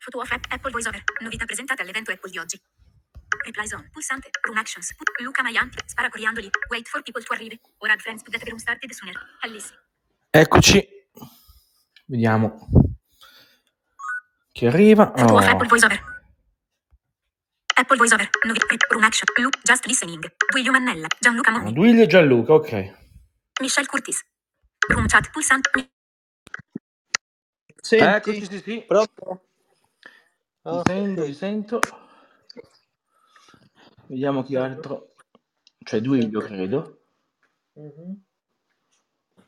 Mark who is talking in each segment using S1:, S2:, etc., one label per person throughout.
S1: Photo of app, Apple VoiceOver. Novità presentata all'evento Apple di oggi. Replies on. Pulsante. Room actions. Put- Luca Maianti. Spara coriandoli. Wait for people to arrive. Or add friends to get room started sooner. Alice.
S2: Eccoci, vediamo chi arriva.
S1: Photo of Apple
S2: Oh,
S1: VoiceOver. Apple VoiceOver. Novità. Room action. Luke. Just listening. Guiglio Mannella. Gianluca Monni.
S2: Duilio e Gianluca, ok.
S1: Michelle Curtis. Room chat. Pulsante. Mi-
S2: Eccoci,
S3: Senti?
S2: sì, sì,
S3: Pronto?
S2: vi Oh, sento, vi
S3: Ok.
S2: sento. Vediamo chi altro. C'è Duilio, credo,
S3: Mhm.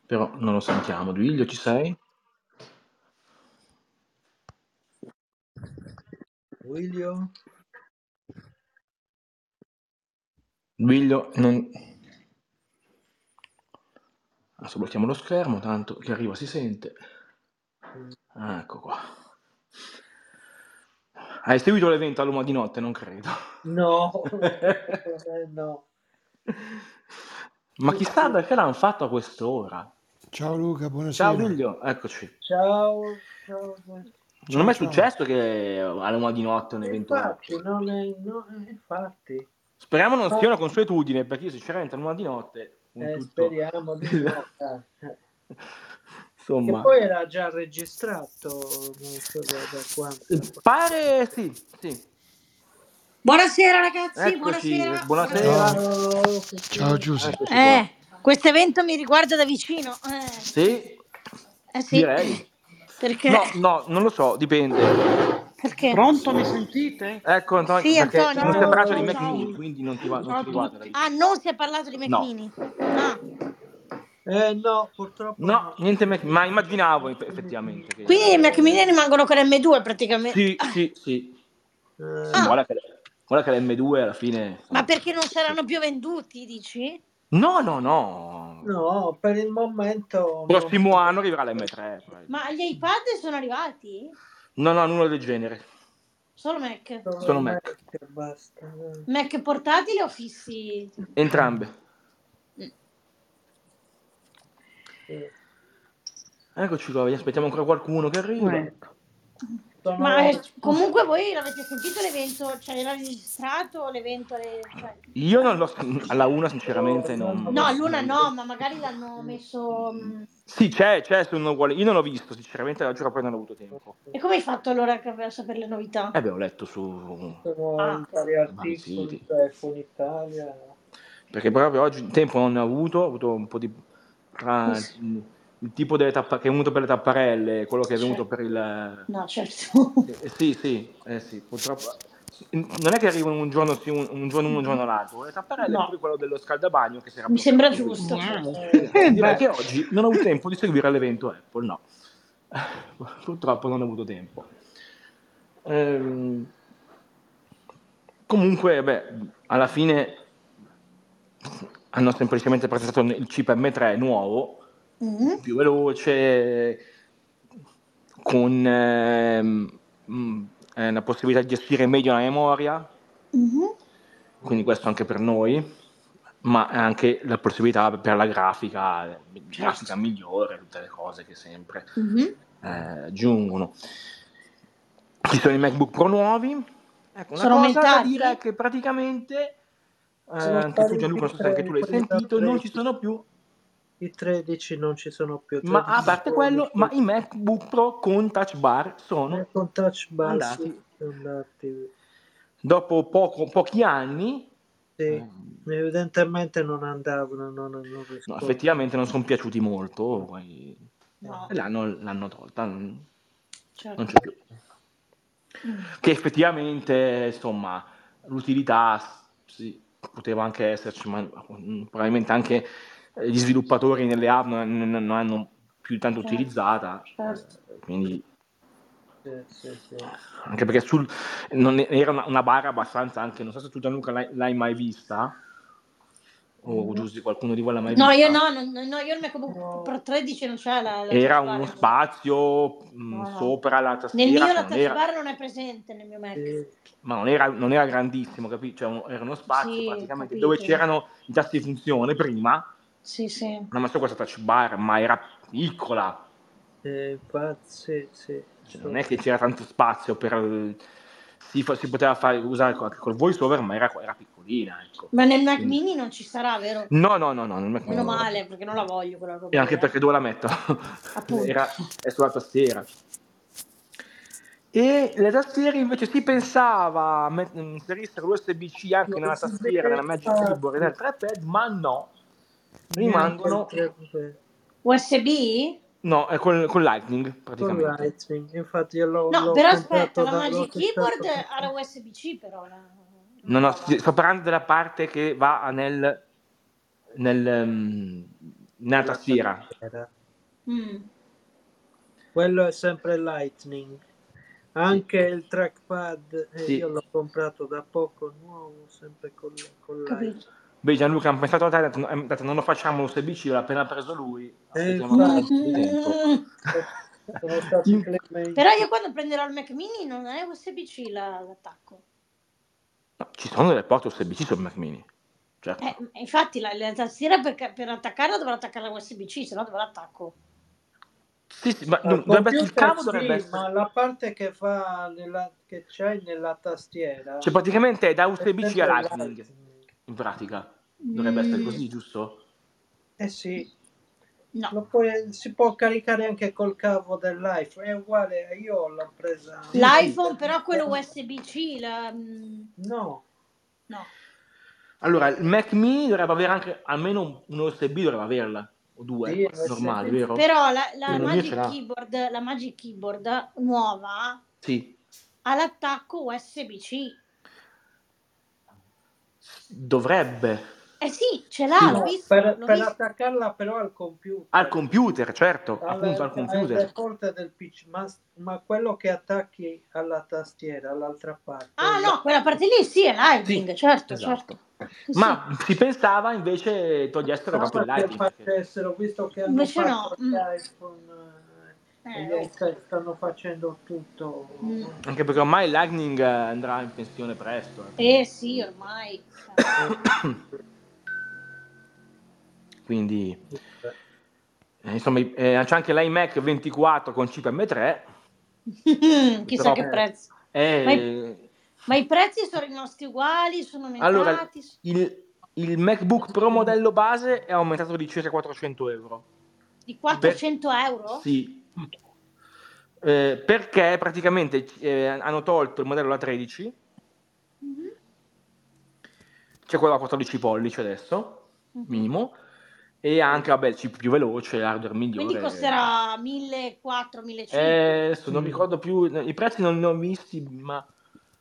S2: però non lo sentiamo. Duilio, ci sei?
S3: Duilio?
S2: Duilio, non... Adesso blocchiamo lo schermo, tanto chi arriva si sente.
S3: Mm.
S2: Ah, Ecco qua. Hai seguito l'evento all'una di notte? Non credo.
S3: No, Eh, no.
S2: Ma chissà perché l'hanno fatto a quest'ora.
S4: Ciao Luca,
S2: Ciao
S4: buonasera.
S2: Duilio, eccoci.
S3: Ciao, ciao.
S2: Non è
S4: Ciao
S2: mai
S4: ciao.
S2: successo che alla una di notte un evento
S3: Infatti,
S2: notte.
S3: non è, no, eh, infatti,
S2: Speriamo non sia
S3: Infatti,
S2: una consuetudine, perché io sinceramente alla una di notte con
S3: eh,
S2: tutto...
S3: speriamo di no. dai. Che
S2: Insomma,
S3: poi era già registrato, non so da, da
S2: Eh,
S3: quanto.
S2: pare sì, sì.
S5: Buonasera ragazzi,
S2: Eccoci,
S5: buonasera, buonasera.
S2: buonasera,
S3: Ciao,
S4: Ciao
S3: Cristina.
S4: Giuse.
S2: eccoci qua.
S5: Eh, questo evento mi riguarda da vicino. Eh,
S2: Sì,
S5: eh sì,
S2: direi.
S5: perché?
S2: No, no, non lo so, dipende.
S5: Perché?
S6: Pronto, mi sentite?
S2: Ecco, Antonio,
S5: Sì
S2: perché
S5: Antonio,
S2: non si è parlato di
S5: ciao,
S3: Ciao,
S2: Mac Mini,
S5: ciao.
S2: quindi non ti, va- non
S6: Ciao
S2: ti
S6: a
S2: riguarda la
S6: tutti.
S5: Ah,
S2: vicenda.
S5: non si è parlato di
S2: No,
S5: Mecnini. Ah,
S3: eh, no, purtroppo
S2: no,
S3: no.
S2: niente Mac ma immaginavo eff- effettivamente che...
S5: quindi i Mecnini rimangono con M2 praticamente.
S2: Sì, sì, sì. Sì, ma
S3: Eh,
S5: Ah,
S2: guarda che, guarda che l'M2 alla fine...
S5: ma
S2: insomma,
S5: perché non saranno più venduti, dici?
S2: No, no, no.
S3: no, per il momento no.
S2: Prossimo anno arriverà l'M3. poi.
S5: Ma gli iPad sono arrivati?
S2: No, no, nulla del genere.
S5: Solo Mac.
S3: Solo
S2: Sono Mac.
S3: Mac, basta. eh.
S5: Mac portatili o fissi?
S2: Entrambe.
S5: Mm.
S3: Eh,
S2: Eccoci qua, aspettiamo ancora qualcuno che arriva.
S5: Eh.
S6: Ecco.
S5: Ma
S3: Sono...
S5: eh, comunque voi l'avete sentito l'evento? Cioè era registrato l'evento? le- cioè-
S2: Io non l'ho... Alla una sinceramente
S5: No,
S2: non...
S5: all'una
S2: non-
S5: no, ma magari l'hanno messo... mm,
S2: Sì, c'è, c'è, se uno vuole... Io non l'ho visto, sinceramente, la giuro poi non ho avuto tempo.
S5: E come hai fatto allora a sapere le novità?
S2: Eh beh, ho letto su
S3: Sono
S5: Ah,
S3: in vari
S2: vari
S3: articoli,
S2: siti.
S3: cioè con Italia.
S2: Perché proprio oggi tempo non ne ho avuto, ho avuto un po' di... tra
S5: Eh, Sì,
S2: il tipo delle tappa- che è venuto per le tapparelle, quello che è venuto
S5: certo.
S2: per il...
S5: No, certo.
S2: Eh, sì, sì, eh, sì, purtroppo. Non è che arrivano un giorno sì, un, un giorno uno, un giorno l'altro. Le tapparelle è proprio
S5: No,
S2: quello dello scaldabagno che si era
S5: mi
S2: bloccato
S5: sembra
S2: per due giorni.
S5: giusto.
S6: Wow.
S3: Eh,
S2: Quindi
S6: Eh
S2: direi
S6: beh,
S2: che oggi non ho avuto tempo di seguire l'evento Apple, no. Purtroppo non ho avuto tempo. Ehm, comunque, beh, alla fine hanno semplicemente presentato il chip M3 nuovo,
S5: Mhm.
S2: più veloce, con ehm, mm, eh, la possibilità di gestire meglio la memoria,
S5: mhm.
S2: quindi questo anche per noi, ma anche la possibilità per la grafica, eh, grafica
S5: Certo.
S2: migliore, tutte le cose che sempre
S5: Mhm.
S2: eh, aggiungono. Ci sono i MacBook Pro nuovi, ecco una
S5: Sono
S2: cosa da dire è
S5: aumentati?
S2: che praticamente, eh,
S3: sono
S2: anche tu
S3: spariti
S2: Gianluca, non
S3: i
S2: so se anche tu
S3: tre,
S2: l'hai
S3: quelli da
S2: sentito, non ci
S3: 13.
S2: sono più
S3: I 13 non ci sono più,
S2: Ma a
S3: 13
S2: parte quello, ma i MacBook Pro con touch bar
S3: Eh,
S2: sono
S3: con touch bar sì,
S2: andati
S3: sono andati.
S2: dopo poco- pochi anni.
S3: Sì,
S2: ehm,
S3: evidentemente non andavano, non, non
S2: no,
S3: rispondono.
S2: effettivamente non sono piaciuti molto. poi-
S5: No,
S2: e l'hanno, l'hanno tolta, non, non
S5: certo.
S2: Eh, c'è più.
S5: Mm.
S2: Che effettivamente, insomma, l'utilità sì, poteva anche esserci, ma mm, probabilmente anche eh, gli sviluppatori nelle app non, non- non hanno più tanto
S5: Certo,
S2: utilizzata.
S5: certo.
S2: eh, quindi
S3: Sì, sì, sì.
S2: anche perché sul, non e- era una, una bara abbastanza anche, non so se tu Gianluca l'hai, l'hai mai vista, o
S3: No,
S2: giusto qualcuno di voi l'ha mai
S5: No, io
S2: vista,
S5: no, no, no, no, io il MacBook
S3: no,
S5: Pro 13 non c'è la, la touch
S2: era
S5: bar.
S2: uno spazio mh,
S5: No, no.
S2: sopra la
S5: Nel
S2: tastiera
S5: mio
S2: che
S5: la
S2: non
S5: touch
S2: era,
S5: bar non è presente nel mio Mac.
S3: sì,
S2: ma non era, non era grandissimo, capito? Cioè, un- era uno spazio
S5: Sì, ho
S2: praticamente dove
S5: capito.
S2: c'erano i tasti di funzione prima,
S5: Sì, sì.
S2: non so questa touch bar, ma era piccola,
S3: eh, infatti, sì, sì.
S2: Cioè, non è che c'era tanto spazio per... Si, fa- si poteva fare, usare co- anche col voiceover, ma era, era piccolina. Ecco.
S5: Ma nel Mac
S2: Sì.
S5: Mini non ci sarà, vero?
S2: No, no, no, no. non è
S5: Mm. Meno male, perché non la voglio quella roba.
S2: E anche
S5: lì, eh.
S2: perché dove la metto?
S5: Appunto.
S2: Era- è sulla tastiera. E le tastiere invece si pensava a met- inserissero l'USB-C anche nella tastiera della Magic Keyboard e del trackpad, ma no. Rimangono,
S5: USB?
S2: no, è col, con Lightning
S3: Con
S2: praticamente.
S3: Lightning, infatti io l'ho,
S5: No,
S3: l'ho
S5: però
S3: comprato
S5: aspetta, la
S3: da- l'ho
S5: Magic
S3: comprato-
S5: Keyboard ha la USB-C però. eh, la-
S2: No, no, st- sto parlando della parte che va nel, nel, ehm, nella tastiera.
S3: Era.
S5: Mm.
S3: Quello è sempre Lightning. Anche il trackpad eh,
S2: Sì.
S3: io l'ho comprato da poco, nuovo, sempre con, con Lightning.
S5: Capito.
S2: Beh, Gianluca, ha pensato a te, ha detto, ha detto, eh, non lo facciamo l'USB-C, l'ha appena preso lui.
S3: Eh,
S2: Aspettiamo
S3: sì.
S5: Mm,
S2: tanto tempo.
S3: Sono stato
S2: In-
S3: clemente.
S5: Però io quando prenderò il Mac Mini non è USB-C la- l'attacco.
S2: No, ci sono delle porte USB-C sul Mac Mini. Certo.
S5: Eh, infatti la, la tastiera per, per attaccarla dovrà attaccare la USB-C, se no dove l'attacco?
S2: Sì, sì, ma
S3: Al
S2: dov- dovrebbe, il
S3: Eh, computer
S2: cavo
S3: sì,
S2: dovrebbe essere...
S3: ma la parte che fa nella, che c'è nella tastiera
S2: Cioè, praticamente è da
S3: è
S2: USB-C
S3: sempre
S2: a Lightning,
S3: Lightning.
S2: in pratica. Dovrebbe essere
S5: Mm.
S2: così, giusto?
S3: Eh sì,
S5: No.
S3: lo puoi- si può caricare anche col cavo dell'iPhone, è uguale, io l'ho presa. Eh,
S5: L'iPhone però quello USB-C, la- mm,
S3: No,
S5: no.
S2: Allora, il Mac Mini dovrebbe avere anche almeno un- un USB, dovrebbe averla, o due,
S3: Sì, USB.
S2: normale, vero?
S5: Però la, la
S2: Quello mio ce l'ha.
S5: Magic Keyboard, la Magic Keyboard nuova
S2: Sì,
S5: ha l'attacco USB-C.
S2: dovrebbe.
S5: Eh sì, ce l'ha,
S2: Sì.
S5: l'ho
S3: No,
S5: visto.
S3: per,
S5: l'ho
S3: per
S5: visto.
S3: attaccarla però al computer.
S2: Al computer, certo,
S3: Alla-
S2: appunto al
S3: alle
S2: computer.
S3: porte del PC, ma, ma quello che attacchi alla tastiera, all'altra parte.
S5: Ah no, quella parte lì sì, è Lightning, certo,
S2: Esatto.
S5: certo. Sì,
S2: Ma si pensava invece togliessero
S3: Sembra
S2: proprio il
S3: che
S2: Lightning. perché-
S3: facessero, visto che hanno
S5: Invece
S3: fatto
S5: no, mm.
S3: gli iPhone,
S5: sì.
S3: eh,
S5: Eh,
S3: gli iPhone stanno facendo tutto.
S5: Mm.
S2: Anche perché ormai Lightning eh, andrà in pensione presto.
S5: eh, sì, ormai.
S2: Quindi... Eh, Insomma, eh, c'è anche l'iMac 24 con chip M3.
S5: cioè. Chissà
S2: Però-
S5: che prezzo.
S2: eh,
S5: Ma Ma i prezzi sono rimasti uguali, sono aumentati.
S2: Allora- il, il MacBook Pro modello base è aumentato di circa 400 euro.
S5: Di 400 euro?
S2: Sì. Eh, perché praticamente eh, hanno tolto il modello da 13,
S5: Mhm.
S2: c'è quello a 14 pollici adesso, minimo, e anche vabbè, il chip più veloce, hardware migliore.
S5: Quindi costerà 1400, 1500.
S2: Eh, adesso non ricordo più, i prezzi non li ho visti, ma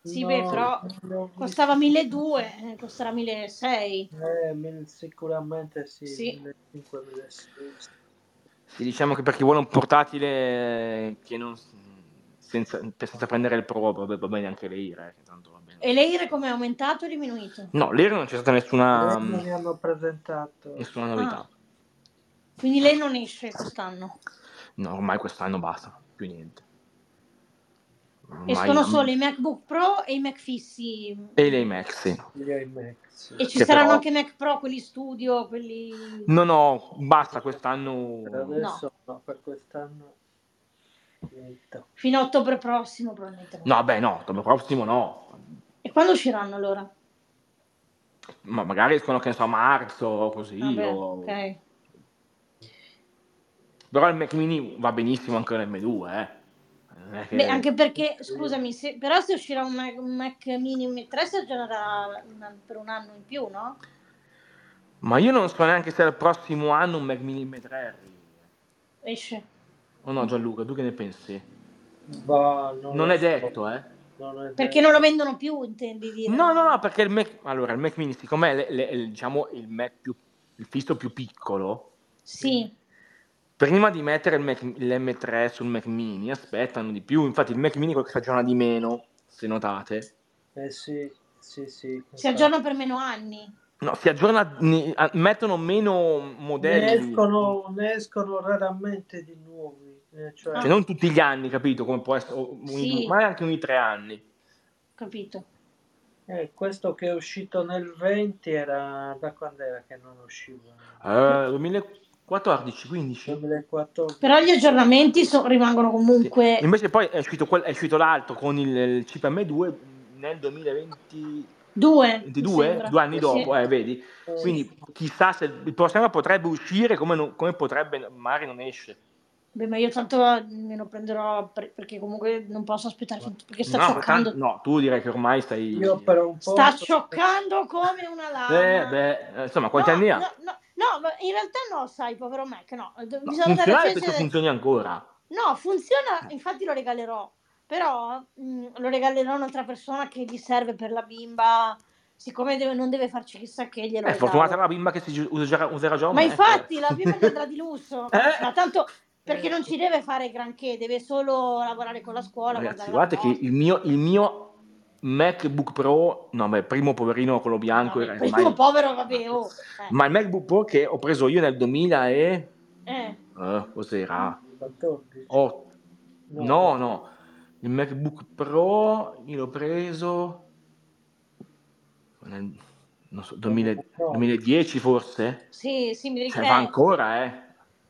S5: Sì, beh, però
S3: no,
S5: Costava 1200, eh, costerà 1600.
S3: eh, mil- sicuramente sì,
S5: Sì.
S3: 1500-1600.
S2: Sì, diciamo che per chi vuole un portatile che non, senza, per- senza prendere il Pro vabbè, va bene anche l'Eira. che tanto va bene.
S5: E l'Eire come è aumentato o diminuito?
S2: No, l'Eira non c'è stata nessuna, mm,
S3: Adesso ne hanno presentato.
S2: nessuna novità.
S5: Ah. Quindi lei non esce quest'anno.
S2: No, ormai quest'anno basta, più niente. Ormai-
S5: Escono solo i MacBook Pro e i Mac fissi.
S2: E le iMac, sì.
S3: Gli iMac, sì.
S5: E ci
S2: Che
S5: saranno
S2: però-
S5: anche Mac Pro, quelli studio, quelli...
S2: No, no, basta
S3: Per
S2: quest'anno.
S3: adesso no, per quest'anno. niente.
S5: Fino a ottobre prossimo probabilmente.
S2: No, beh, no, dopo prossimo no.
S5: E quando usciranno allora?
S2: Ma magari escono, che ne so, a marzo o così.
S5: Vabbè,
S2: o-
S5: ok.
S2: Però il Mac Mini va benissimo anche l'M2, eh. Non è che-
S5: Beh, anche perché, scusami, se- però se uscirà un Mac, un Mac Mini un M3 si aggiornerà un- per un anno in più, no?
S2: Ma io non so neanche se al prossimo anno un Mac Mini M3 arrivi.
S5: Esce.
S2: O no, Gianluca, tu che ne pensi?
S3: Boh, lo
S2: Non è
S3: so,
S2: detto, eh?
S3: non è
S5: Perché
S3: detto.
S5: non lo vendono più, intendi dire?
S2: No, no, no, perché il Mac... Allora, il Mac Mini, siccome è le- le- il- diciamo, il Mac più... il fisso più piccolo,
S5: Sì,
S2: prima di mettere il Mac- l'M3 sul Mac Mini aspettano di più. Infatti il Mac Mini è quello che si aggiorna di meno, se notate.
S3: Eh sì, sì, sì.
S5: si aggiorna per meno anni.
S2: No, si aggiorna... ni- a- mettono meno
S3: ne
S2: modelli.
S3: escono, ne escono raramente di nuovi. eh,
S5: Ah.
S3: cioè-
S2: Cioè, non tutti gli anni, capito? Come può essere... o- ogni
S5: Sì.
S2: due- ma anche ogni tre anni.
S5: Capito.
S3: Eh, questo che è
S2: Ah.
S3: uscito nel 20 era da quando era che non usciva?
S2: Eh, 2000 14, 15?
S3: 2014.
S5: Però gli aggiornamenti so- rimangono comunque...
S2: Invece poi è uscito, quel- è uscito l'altro con il, il chip M2 nel 2022,
S5: Due, mi sembra.
S2: due anni
S5: Sì.
S2: dopo, eh, vedi? Quindi chissà se il prossimo anno potrebbe uscire come, non- come potrebbe, magari non esce.
S5: Beh, ma io tanto me lo prenderò per- perché comunque non posso aspettare fin- perché sta
S2: no,
S5: scioccando.
S2: tan- no, tu direi che ormai stai...
S3: Io per un po'...
S5: Sta scioccando come una lama.
S2: Eh, beh, eh, insomma, quanti
S5: No,
S2: anni ha?
S5: No, no, no, ma in realtà no, sai, povero Mac, no.
S2: No,
S5: Bisogna andare a
S2: funzionale
S5: accendere-
S2: perché funzioni ancora.
S5: No, funziona, infatti lo regalerò, però mh, lo regalerò a un'altra persona che gli serve per la bimba, siccome deve- non deve farci chissà che glielo
S2: È Eh, fortunata
S5: regalo.
S2: la bimba che si gi- userà, userà già un
S5: Ma
S2: Mac.
S5: infatti la bimba gli andrà di lusso,
S2: Eh?
S5: ma tanto perché non ci deve fare granché, deve solo lavorare con la scuola.
S2: Ragazzi, guardate
S5: guardare la
S2: che il mio, il mio MacBook Pro, no, beh, primo poverino quello bianco,
S5: Vabbè,
S2: era
S5: primo
S2: ormai-
S5: povero, vabbè, oh, eh.
S2: ma il MacBook Pro che ho preso io nel 2000 e
S5: Eh,
S2: eh,
S3: Ah.
S2: cos'era?
S3: 14.
S2: Oh,
S3: Eh,
S2: no, no. Il MacBook Pro io l'ho preso nel non so, 2000 2010 forse?
S5: sì, sì,
S2: Cioè,
S5: mi ricordo.
S2: va ancora, eh.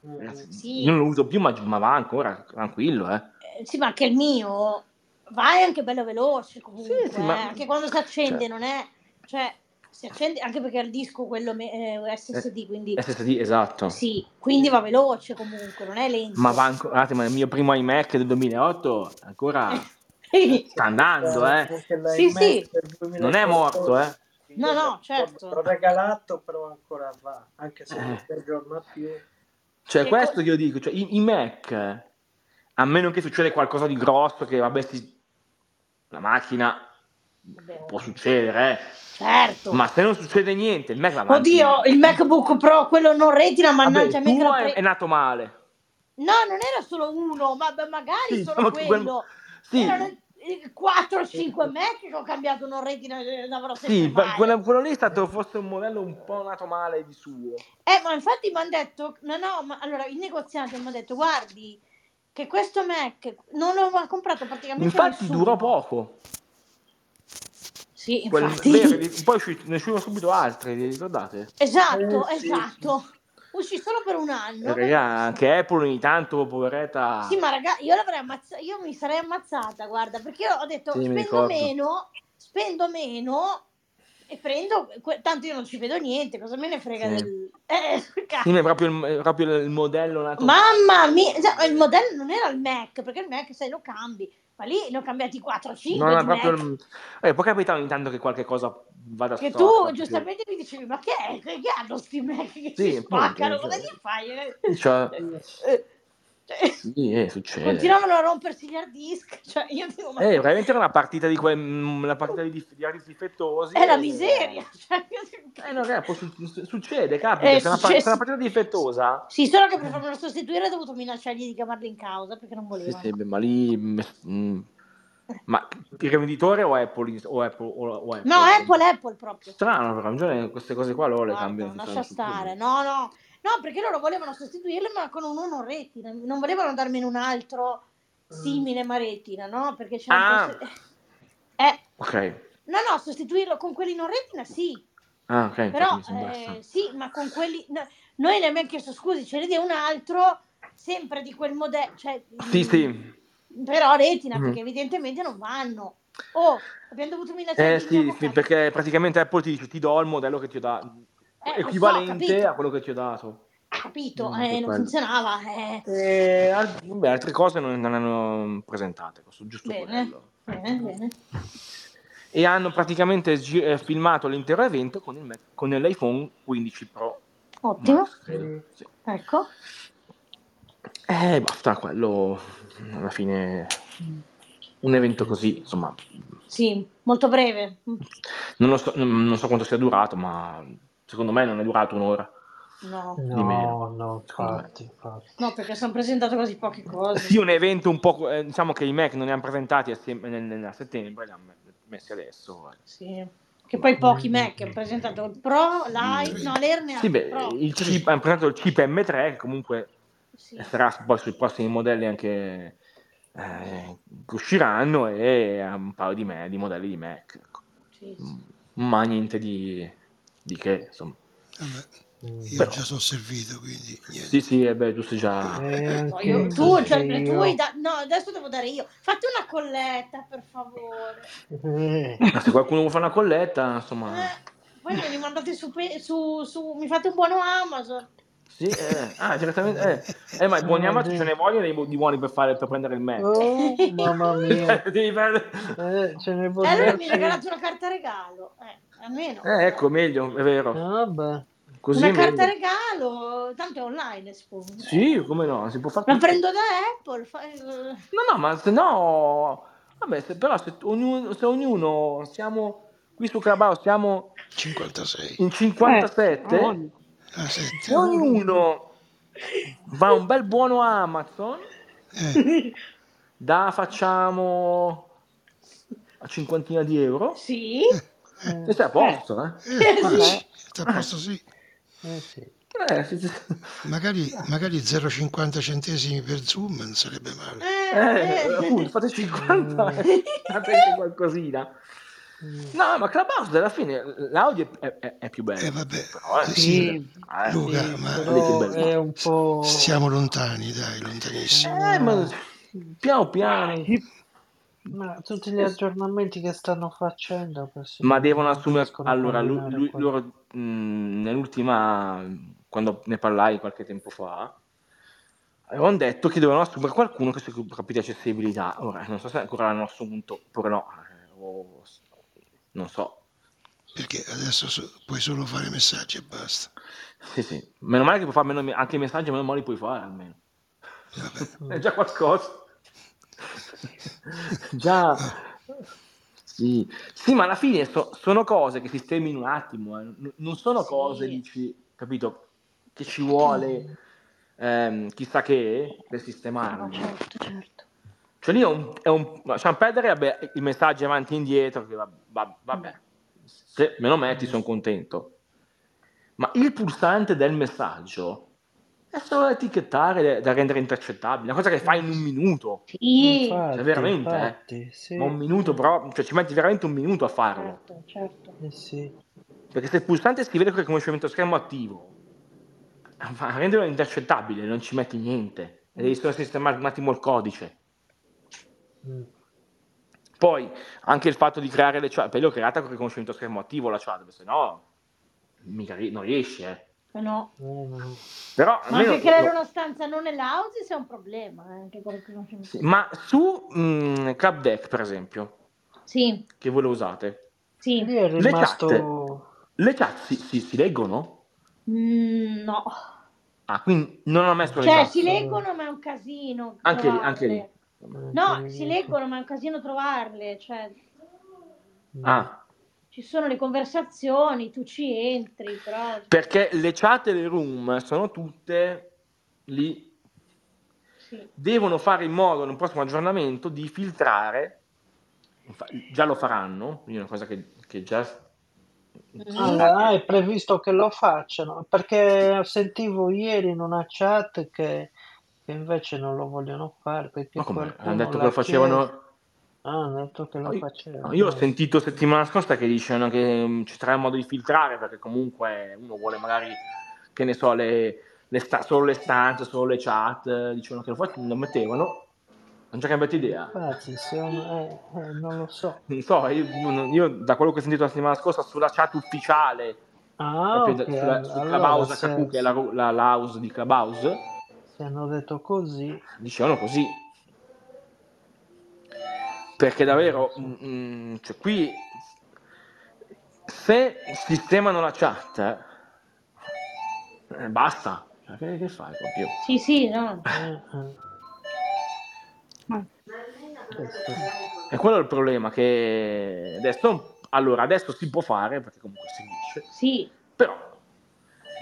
S3: Mm.
S2: Ragazzi,
S5: Sì.
S2: Io non lo uso più, ma, ma va ancora, tranquillo, eh.
S5: Eh, sì, ma anche il mio vai anche bello veloce comunque,
S2: Sì, sì,
S5: eh,
S2: ma-
S5: anche quando si accende
S2: cioè-
S5: non è... Cioè, si accende anche perché è il disco quello me- eh, SSD, quindi...
S2: SSD, esatto.
S5: Sì, quindi va veloce comunque, non è lento.
S2: Ma va ancora, guardate, ma il mio primo iMac del 2008 ancora
S5: Eh, Sì,
S2: sta andando, eh.
S3: Anche l'iMac
S5: Sì, sì.
S3: del 2014.
S2: Non è morto, eh.
S5: No, no, certo.
S3: L'ho regalato, però ancora va, anche se non
S2: Eh.
S3: si aggiorna più.
S2: Cioè,
S5: Che
S2: questo
S5: co-
S2: che io dico, cioè, i, i Mac, a meno che succeda qualcosa di grosso, che vabbè, si- la macchina
S5: vabbè,
S2: può succedere,
S5: certo.
S2: eh. Ma se non succede niente, il Mac va avanti.
S5: Oddio, il MacBook Pro, quello non retina,
S2: Vabbè,
S5: mannaggia, a me che
S2: tuo
S5: lo
S2: è,
S5: pre-
S2: è nato male.
S5: No, non era solo uno, ma ma magari
S2: Sì,
S5: solo
S2: diciamo che quel-
S5: quello.
S2: Sì,
S5: Erano 4 o 5 Mac che ho cambiato non retina, eh, andavano sempre
S2: sì, ma
S5: male.
S2: quello, quello lì è stato forse un modello un po' nato male di suo.
S5: Eh, ma infatti mi hanno detto, no, no, ma allora il negoziante mi ha detto, guardi, che questo Mac non lo ha comprato praticamente
S2: Infatti
S5: nessuno.
S2: durò poco.
S5: Sì,
S2: Quel-
S5: infatti.
S2: vero, li- poi usci- ne uscirono subito altri, vi ricordate?
S5: Esatto,
S3: Eh, sì.
S5: esatto. Uscì solo per un anno.
S2: Raga, anche Apple ogni tanto, poveretta.
S5: Sì, ma raga, io l'avrei ammazzata, io mi sarei ammazzata, guarda, perché io ho detto
S2: Sì, mi
S5: spendo
S2: ricordo.
S5: meno, spendo meno e prendo, que- tanto io non ci vedo niente, cosa me ne frega
S2: Sì.
S5: del... Eh, cazzo.
S2: Sì, ma è proprio il, è proprio il modello nato
S5: Mamma mia, cioè, il modello non era il Mac, perché il Mac sai lo cambi, ma lì ne ho cambiati 4-5
S2: Non è
S5: di
S2: proprio
S5: Mac.
S2: il- eh, può capitare ogni tanto che qualche cosa vada
S5: Che
S2: storta,
S5: tu
S2: perché-
S5: giustamente mi dicevi, ma che è? Che che hanno sti Mac che
S2: Sì,
S5: si
S2: appunto,
S5: spaccano?
S2: cioè.
S5: Cosa gli fai? Eh,
S2: Cioè,
S5: eh, cioè,
S2: sì, eh, succede.
S5: continuavano a rompersi gli hard disk, cioè io dico, ma
S2: Eh, veramente era una partita di quel, mm, una partita di, dif- di arti difettosi.
S5: è la
S2: eh.
S5: miseria. Cioè, io dico,
S2: Eh, no, raga, può su- su- succede, capita.
S5: Eh,
S2: se, è una par-
S5: succede.
S2: se è una partita difettosa.
S5: Sì, solo che per farmelo sostituire ho dovuto minacciargli di chiamarli in causa perché non
S2: Sì,
S5: volevano.
S2: sì, beh, ma lì. mm, mm, ma il rivenditore o Apple? O Apple, o- o Apple?
S5: No, Apple, Apple proprio.
S2: Strano, però un giorno queste cose qua loro le
S5: Guarda,
S2: cambiano.
S5: lascia stare, no, no, no, perché loro volevano sostituirlo ma con un uno retina, non volevano darmene un altro simile ma retina, no? Perché c'è
S2: Ah.
S5: un po' se- eh,
S2: Ok.
S5: no, no, sostituirlo con quelli non retina, sì,
S2: Ah, ok. infatti
S5: però
S2: mi sembra
S5: eh,
S2: strano.
S5: sì, ma con quelli no, noi ne abbiamo chiesto scusi, ce ne dia un altro sempre di quel modello, cioè
S2: Sì, sì.
S5: però retina
S2: Mhm.
S5: perché evidentemente non vanno. Oh, abbiamo dovuto minacciare
S2: Eh,
S5: di
S2: sì,
S5: convocare.
S2: sì, perché praticamente Apple ti dice ti do il modello che ti ho dato.
S5: Eh, lo so,
S2: equivalente
S5: capito.
S2: a quello che ti ho dato.
S5: capito,
S2: Mm,
S5: eh,
S2: per
S5: non
S2: quello.
S5: funzionava, eh.
S2: E al- vabbè, altre cose non, non hanno presentate, questo giusto
S5: Bene.
S2: modello.
S5: Bene, bene.
S2: E hanno praticamente gi- eh, filmato l'intero evento con, il Mac- con l'iPhone 15 Pro.
S5: Ottimo,
S2: Max, credo. Sì.
S5: ecco.
S2: Eh, basta, quello alla fine un evento così, insomma,
S5: Sì, molto breve.
S2: non, lo so, non non so quanto sia durato, ma secondo me non è durato un'ora.
S5: No,
S2: Di meno.
S3: No, no, infatti, infatti.
S5: no, perché sono presentato così poche cose.
S2: Sì, un evento un po', eh, diciamo che i Mac non li hanno presentati a, sem- nel- nel- a settembre, li hanno messi adesso. eh.
S5: Sì. Che poi pochi Mac hanno presentato il Pro, l'iPhone, no, l'Air
S2: Mm. Sì, beh,
S5: Pro.
S2: il chip, hanno presentato il chip M3 che comunque
S5: Sì.
S2: e sarà poi sui prossimi modelli anche eh, che usciranno e a un paio di, me- di modelli di Mac
S5: Sì, sì.
S2: Mm, ma niente di, di che insomma
S4: Eh, Io
S2: Però-
S4: già sono servito, quindi niente.
S2: Sì, sì, e beh, tu sei già...
S3: Eh,
S5: No, io-
S3: anche
S5: tu, cioè,
S3: io.
S5: le tue da- no, adesso devo dare io. Fate una colletta, per favore.
S3: Eh,
S2: Ma Se qualcuno vuole fare una colletta, insomma...
S5: Eh, poi me li mandate su, pe- su, su- mi fate un buono Amazon.
S2: Sì, eh, ah, certamente... Eh, eh ma i buoni amati ce ne vogliono dei bu- di buoni per, fare, per prendere il Mac.
S3: Oh, mamma mia.
S2: Devi prendere...
S3: Eh, ce ne
S5: E allora mi
S3: vorrei.
S5: regalate una carta regalo, eh, almeno.
S2: Eh, ecco, meglio, è vero.
S3: Vabbè.
S2: Così
S5: una
S2: è meglio.
S5: carta regalo, tanto è online Spoon.
S2: Sì, come no, si può fare
S5: La
S2: tutto.
S5: prendo da Apple. fa- eh,
S2: No, no, ma se no... Vabbè, se, però se ognuno, se ognuno siamo qui su Crabao, siamo
S4: 56.
S2: in 57
S4: Ah,
S2: se
S4: 7.
S2: ognuno va un bel buono a Amazon,
S4: Eh,
S2: da facciamo a cinquantina di euro,
S5: Sì, Eh,
S2: e sei a posto, eh?
S4: eh, ah, sì, sta a posto sì.
S3: Eh, sì.
S2: Eh, sì, sì.
S4: Magari, magari 0,50 centesimi per Zoom non sarebbe male.
S5: eh,
S2: Eh,
S5: eh.
S2: appunto, fate 50 eh, fate qualcosina. No, ma Clubhouse alla fine l'audio è, è- è più
S4: Eh
S2: bello.
S4: vabbè,
S2: Però, eh,
S4: sì,
S6: Sì,
S2: Eh,
S4: Luca,
S3: Sì,
S4: ma
S3: però
S2: Vedi che bello.
S3: è un po'...
S4: siamo lontani, dai, lontanissimi.
S2: eh, ma piano piano.
S3: Ma tutti gli aggiornamenti che stanno facendo...
S2: Ma devono assumere.
S3: riescono a
S2: Allora, lu-
S3: combinare
S2: lui-
S3: quello.
S2: loro, mh, nell'ultima, quando ne parlai qualche tempo fa, avevano detto che dovevano assumere qualcuno che si occupi di accessibilità. Ora, non so se ancora l'hanno assunto oppure no, eh, o- non so.
S4: Perché adesso so- puoi solo fare messaggi e basta.
S2: Sì, sì. Meno male che puoi fare meno- anche i messaggi, meno male li puoi fare almeno.
S4: Eh, Vabbè.
S2: È già qualcosa. già.
S4: Ah,
S2: Sì. Sì, ma alla fine so- sono cose che sistemi in un attimo, eh. N- non sono
S5: Sì.
S2: cose, dici, capito, che ci vuole ehm, chissà che per
S5: No,
S2: sistemarle.
S5: certo, certo.
S2: Cioè lì è un, è un- lasciamo perdere vabbè, i messaggi avanti e indietro, che va- va- vabbè, se me lo metti sono contento. Ma il pulsante del messaggio è solo da etichettare, da- da rendere intercettabile, una cosa che fai in un minuto.
S5: Sì,
S3: Infatti,
S2: Cioè, veramente, eh.
S3: infatti, sì.
S2: Ma un minuto, però, cioè ci metti veramente un minuto a farlo.
S5: certo, certo.
S3: Eh, sì.
S2: Perché se il pulsante scrivere con il riconoscimento schermo attivo, ma a renderlo intercettabile, non ci metti niente. E devi solo sistemare un attimo il codice.
S3: Mm.
S2: Poi anche il fatto di creare le chat, poi l'ho creata con il riconoscimento schermo attivo la chat, perché se no mica ri- non riesci, eh.
S5: No.
S3: Eh, no.
S2: Però
S5: Ma
S2: almeno-
S5: anche creare una stanza non nell'Auzis è un problema. eh, anche quello che non c'è-
S2: Sì, Ma su mh, Club Deck, per esempio,
S5: Sì,
S2: che voi lo usate,
S5: sì.
S3: Lì è
S2: Le
S3: rimasto...
S2: le chat si, si- si leggono?
S5: Mm, no.
S2: Ah, quindi non ho messo le
S5: Cioè,
S2: chat.
S5: si leggono, ma è un casino.
S2: esatto. Anche lì,
S5: trovarle.
S2: anche lì. Mm.
S3: Eh,
S5: No, si leggono, ma è un casino trovarle. Cioè,
S2: Ah,
S5: ci sono le conversazioni, tu ci entri, però...
S2: perché le chat e le room sono tutte lì.
S5: Sì.
S2: Devono fare in modo, nel prossimo aggiornamento, di filtrare. Infa- Già lo faranno, quindi è una cosa che, che già...
S3: Allora, Ah, è previsto che lo facciano perché sentivo ieri in una chat che, che invece non lo vogliono fare perché
S2: Ma come?
S3: qualcuno
S2: Hanno detto
S3: l'ha
S2: che lo facevano...
S3: chiesto. Ah, hanno detto che lo
S2: Io-
S3: facevano.
S2: No, Io ho sentito settimana scorsa che dicevano che mm, ci sarà un modo di filtrare perché comunque uno vuole magari, che ne so, le, le sta- solo le stanze, solo le chat, eh, dicevano che lo, fa- lo mettevano, non c'è cambiata idea.
S3: Infatti, se- eh, eh, non lo so.
S2: Non so, io, non- io da quello che ho sentito la settimana scorsa sulla chat ufficiale,
S3: Ah,
S2: proprio da-
S3: ok,
S2: sulla, su
S3: allora,
S2: Clubhouse
S3: se,
S2: HQ, che è la, ru- la- la house di Clubhouse,
S3: se hanno detto così,
S2: dicevano così. Perché davvero, mm, mm, cioè, qui se sistemano la chat, eh, basta. Cioè, Che, che fai proprio?
S5: Sì, sì, no.
S3: eh, eh,
S5: Ah.
S3: questo.
S2: E quello è il problema che adesso, allora, adesso si può fare, perché comunque si riesce,
S5: Sì.
S2: però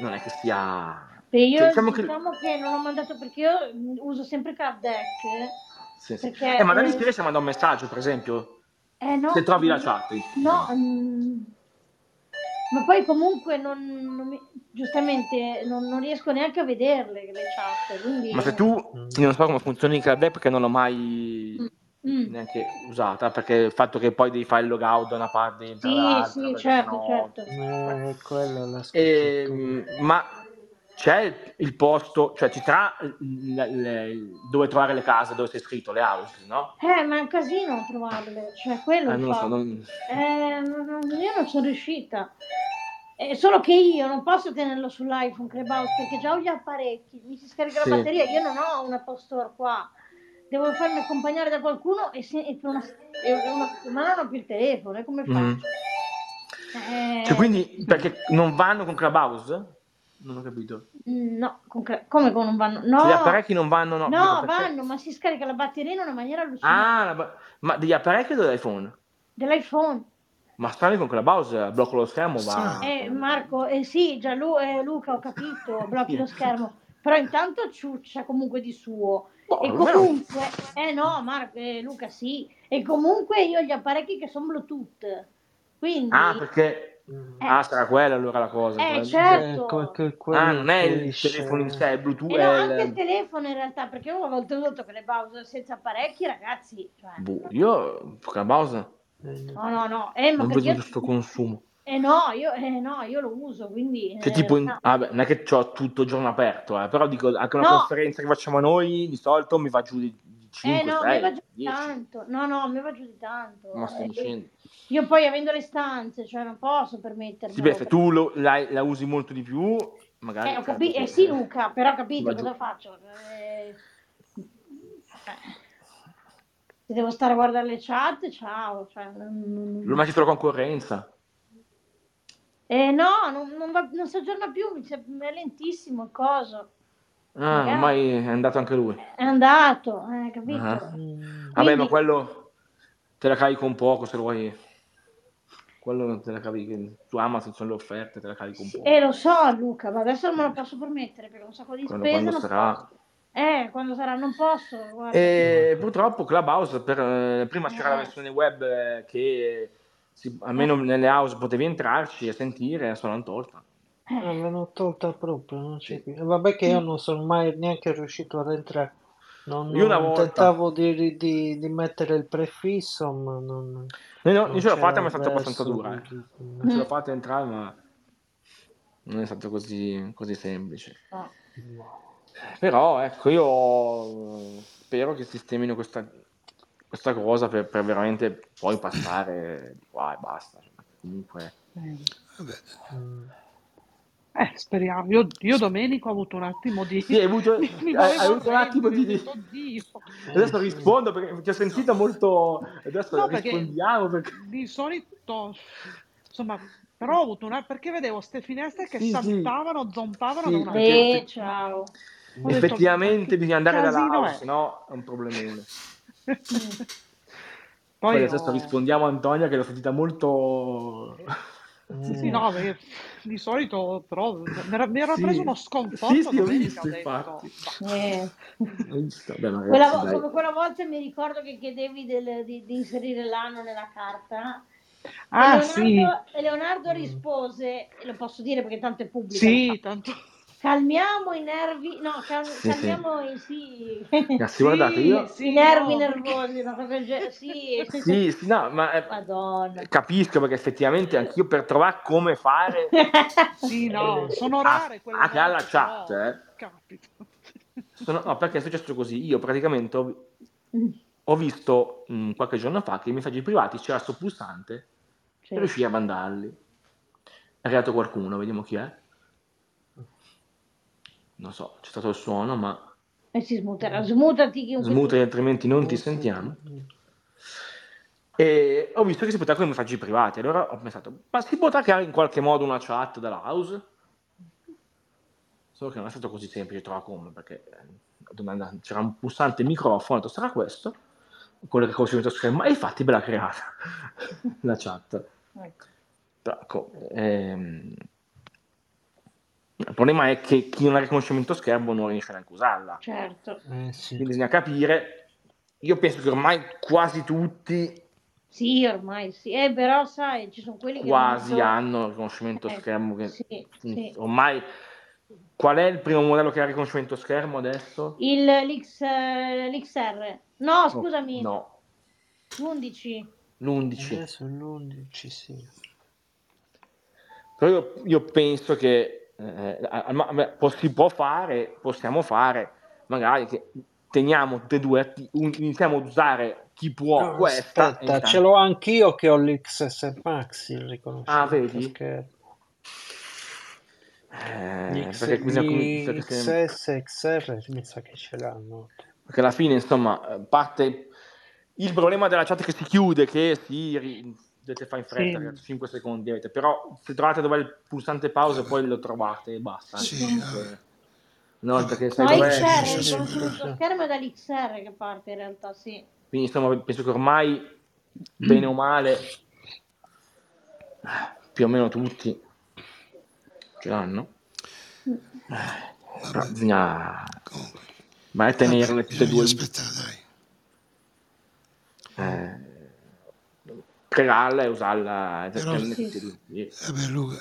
S2: non è che sia...
S5: Beh, io
S2: Cioè,
S5: diciamo,
S2: diciamo che-
S5: che non ho mandato perché io mm, uso sempre Club Deck.
S2: Sì, sì.
S5: Perché-
S2: eh, ma magari si riesce a mandare un messaggio, per esempio,
S5: Eh, no.
S2: se trovi la chat.
S5: No, mm, ma poi comunque non, non mi- giustamente non, non riesco neanche a vederle le chat. Quindi...
S2: Ma se tu, io non so come funzioni il club deck perché non l'ho mai
S5: Mm.
S2: neanche usata perché il fatto che poi devi fare il logout da una parte e dall'altra,
S5: sì,
S2: perché
S5: certo,
S2: sennò-
S5: certo.
S3: Eh, quella è la
S2: E,
S3: scrittura.
S2: mh, ma c'è il, il posto, cioè ci sarà l- l- l- dove trovare le case dove sei scritto, le house, no?
S5: Eh, ma è un casino trovarle, cioè quello
S2: Eh,
S5: il
S2: non lo so,
S5: fatto.
S2: non-
S5: Eh, non- non- io non sono riuscita. Eh, solo che io non posso tenerlo sull'iPhone Clubhouse perché già ho gli apparecchi, mi si scarica
S2: Sì.
S5: la batteria, io non ho un Apple Store qua. Devo farmi accompagnare da qualcuno e, se, e per una, e una settimana non ho più il telefono, e come faccio?
S2: Mm.
S5: Eh,
S2: Cioè, quindi perché non vanno con Clubhouse? Non ho capito.
S5: No, con Cla- come con non vanno? No,
S2: Cioè, gli apparecchi non vanno, no?
S5: no,
S2: dico, perché-
S5: vanno, ma si scarica la batteria in una maniera allucinante.
S2: Ah, la ba- ma degli apparecchi o dell'iPhone?
S5: dell'iPhone.
S2: Ma strano con Clubhouse, blocco lo schermo, va.
S4: Strano.
S5: Eh, Marco, eh sì, già Lu- eh, Luca, ho capito, blocchi lo
S2: Sì.
S5: schermo. Però intanto ciuccia comunque di suo.
S2: Boh,
S5: E
S2: almeno-
S5: comunque, eh no, Marco, eh, Luca sì. E comunque io ho gli apparecchi che sono Bluetooth. Quindi,
S2: Ah, perché...
S3: Mm.
S2: Ah, sarà quella allora la cosa.
S5: Eh,
S2: probabilmente.
S5: certo.
S3: Eh, quel- quel- quello
S2: Ah, non è il
S3: influisce.
S2: telefono in sé, è Bluetooth.
S5: e no,
S2: è il-
S5: anche il telefono in realtà, perché io ho volte usato quelle pause senza apparecchi, ragazzi. Cioè,
S2: Boh, io Clubhouse
S3: Eh,
S5: no, no, no. Eh, ma
S2: non
S5: perché
S2: vedo
S5: io,
S2: questo consumo.
S5: eh, no, io, eh, no, io lo uso, quindi...
S2: Cioè,
S5: eh,
S2: tipo, in-
S5: no.
S2: ah, beh, non è che ho tutto il giorno aperto, eh, però dico anche una
S5: No.
S2: conferenza che facciamo noi di solito mi va giù di
S5: Eh
S2: 5,
S5: no, mi va
S2: 6,
S5: giù di
S2: 10.
S5: tanto. No, no, mi va giù di tanto.
S2: Ma stiamo
S5: Eh,
S2: dicendo.
S5: Io poi avendo le stanze, cioè non posso permettermi.
S2: Sì, beh, se tu lo- la, la usi molto di più, magari.
S5: Eh, ho capi- eh, sì, Luca, però ho capito
S2: Va giù.
S5: cosa faccio. Eh, Se devo stare a guardare le chat, ciao. Cioè, non- non- non-
S2: Ma ci trovo concorrenza.
S5: Eh, no, non, non va- non si aggiorna più, mi sem- è lentissimo il coso.
S2: Ah,
S5: Eh.
S2: ormai è andato anche lui.
S5: È andato, eh, capito?
S2: Ah.
S3: mm,
S2: Vabbè,
S5: Quindi-
S2: ma quello te la carico un poco se lo vuoi. Quello non te la carichi su Amazon sono le offerte, te la carico un
S5: Sì,
S2: po'.
S5: eh, lo so, Luca, ma adesso non me lo posso permettere perché ho un sacco di
S2: Quando-
S5: spese.
S2: quando
S5: non
S2: sarà. Eh,
S5: posso. Eh, quando sarà, non posso. guarda.
S2: E purtroppo Clubhouse, per, eh, prima c'era la
S5: Eh.
S2: versione web eh, che si- almeno nelle house potevi entrarci e sentire, adesso l'hanno tolta.
S3: eh, l'hanno tolta proprio, non c'è più. Eh, Vabbè che io non sono mai neanche riuscito ad entrare. Non,
S2: Mm. Io una
S3: non
S2: volta.
S3: tentavo di, ri- di- di mettere il prefisso, ma non...
S2: No, no,
S3: non
S2: io ce l'ho
S3: c'era
S2: fatta, ma è stata
S3: verso,
S2: abbastanza dura. eh.
S3: non-
S2: Non
S5: Mm.
S2: ce l'ho fatta entrare, ma non è stato così, così semplice.
S5: No.
S2: Però ecco, io eh, spero che sistemino questa, questa cosa per, per veramente poi passare di qua e basta. cioè, Comunque,
S4: Vabbè.
S3: Mm.
S6: Eh, speriamo. Io, io Domenico ho avuto un attimo di...
S2: Sì, hai avuto,
S6: mi- mi
S2: hai-
S6: volevo
S2: hai avuto un attimo di,
S6: arrendere,
S2: di-
S6: Oddio.
S2: Adesso
S3: Eh, sì.
S2: rispondo perché ti ho sentita molto. Adesso
S6: No, perché-
S2: rispondiamo perché.
S6: Di solito... Insomma, però ho avuto una... Perché vedevo queste finestre che
S2: Sì, sì.
S6: saltavano, zompavano
S2: Sì,
S6: da una
S2: perché-
S5: Eh, ciao.
S6: Ho detto, ma
S2: Effettivamente
S6: che
S2: bisogna andare dalla
S6: casino
S2: house,
S6: è?
S2: sennò è un problemone.
S6: Poi,
S2: Poi
S6: ho-
S2: adesso rispondiamo a Antonia che l'ho sentita molto.
S3: Mm.
S6: Sì, sì, no, perché di solito però mi era, mi era
S2: Sì.
S6: preso uno sconforto
S2: Sì, sì, ho
S6: domenica,
S2: visto,
S6: ho detto,
S2: infatti.
S6: ma-
S5: Eh,
S2: Vabbè, ma
S5: quella
S2: ragazzi,
S5: vo-
S2: dai.
S5: come quella volta mi ricordo che chiedevi del- di, di inserire l'anno nella carta.
S6: Ah,
S5: e
S6: sì,
S5: Leonardo, e Leonardo rispose, e lo posso dire perché tanto è pubblico.
S6: sì, tanto...
S5: Calmiamo i nervi, no, cal-
S2: Sì,
S5: calmiamo i, sì,
S2: Ragazzi, guardate, io.
S6: Sì,
S5: i nervi
S6: no,
S5: nervosi, una cosa del genere, sì.
S2: Sì, sì, no, ma eh,
S5: Madonna.
S2: capisco perché effettivamente anch'io per trovare come fare
S6: Sì, no, sono
S2: Ah,
S6: rare quelle
S2: ah, che alla
S6: volte,
S2: chat,
S6: però,
S2: eh.
S6: Capito.
S2: Sono- no, perché è successo così. Io praticamente ho, ho visto mh, qualche giorno fa che i messaggi privati c'era sto pulsante e
S5: Sì.
S2: riuscii a mandarli. È arrivato qualcuno, vediamo chi è. Non so, c'è stato il suono, ma
S5: E Eh, si smuterà, smutati chiunque.
S2: smuta altrimenti non ti sentiamo. E ho visto che si poteva con i messaggi privati, allora ho pensato, ma si può attaccare in qualche modo una chat dalla house? Solo che non è stato così semplice trovare come, perché eh, dove andava- c'era un pulsante microfono, ho detto, sarà questo? Quello che conosce il schermo, e infatti me l'ha creata la chat.
S5: Ecco.
S2: Però, ecco, ehm, il problema è che chi non ha riconoscimento schermo non riesce neanche a usarla
S5: Certo,
S3: Eh, sì.
S2: quindi bisogna capire. Io penso che ormai quasi tutti
S5: sì, ormai sì, eh, però sai, ci sono quelli che... non
S2: quasi
S5: so-
S2: hanno il riconoscimento
S5: Eh,
S2: schermo. Che
S5: sì,
S2: fun-
S5: sì.
S2: Ormai qual è il primo modello che ha riconoscimento schermo adesso?
S5: Il l'X, l'XR. No, scusami.
S2: Oh, No,
S5: 11.
S2: L'11.
S3: Adesso l'11, sì.
S2: Però io, io penso che eh, al ma- beh, po- si può fare, possiamo fare, magari che teniamo tutte e due, atti- un- iniziamo ad usare chi può
S3: No,
S2: Oh, questa. e
S3: aspetta,
S2: intanto-
S3: ce l'ho anch'io che ho l'XS Max, il riconoscimento.
S2: Ah, vedi?
S3: schermo.
S2: Eh,
S3: Gli X-
S2: perché bisogna
S3: gli
S2: cominciare sempre-
S3: XS, XR mi sa che ce l'hanno.
S2: perché alla fine insomma eh, parte il problema della chat che si chiude che si ri- dovete fare in fretta
S3: Sì.
S2: 5 secondi avete però se trovate dove è il pulsante pausa poi lo trovate e basta
S4: Sì, eh. vabbè.
S2: no perché sai
S5: No,
S4: Vabbè,
S2: dov'è?
S5: XR,
S4: sì,
S5: il
S4: sì,
S5: riconoscimento
S3: sì.
S5: schermo è dall'XR che parte in realtà, sì.
S2: quindi insomma penso che ormai bene o male più o meno tutti ce l'hanno però bisogna
S4: Comunque,
S2: ma è tenerle
S4: vabbè,
S2: tutte e
S4: bisogna
S2: due
S4: aspettare, dai.
S2: eh, crearla e usarla
S4: Però-
S2: tenerle
S5: Sì,
S2: tutte e due.
S4: Vabbè, Eh Luca,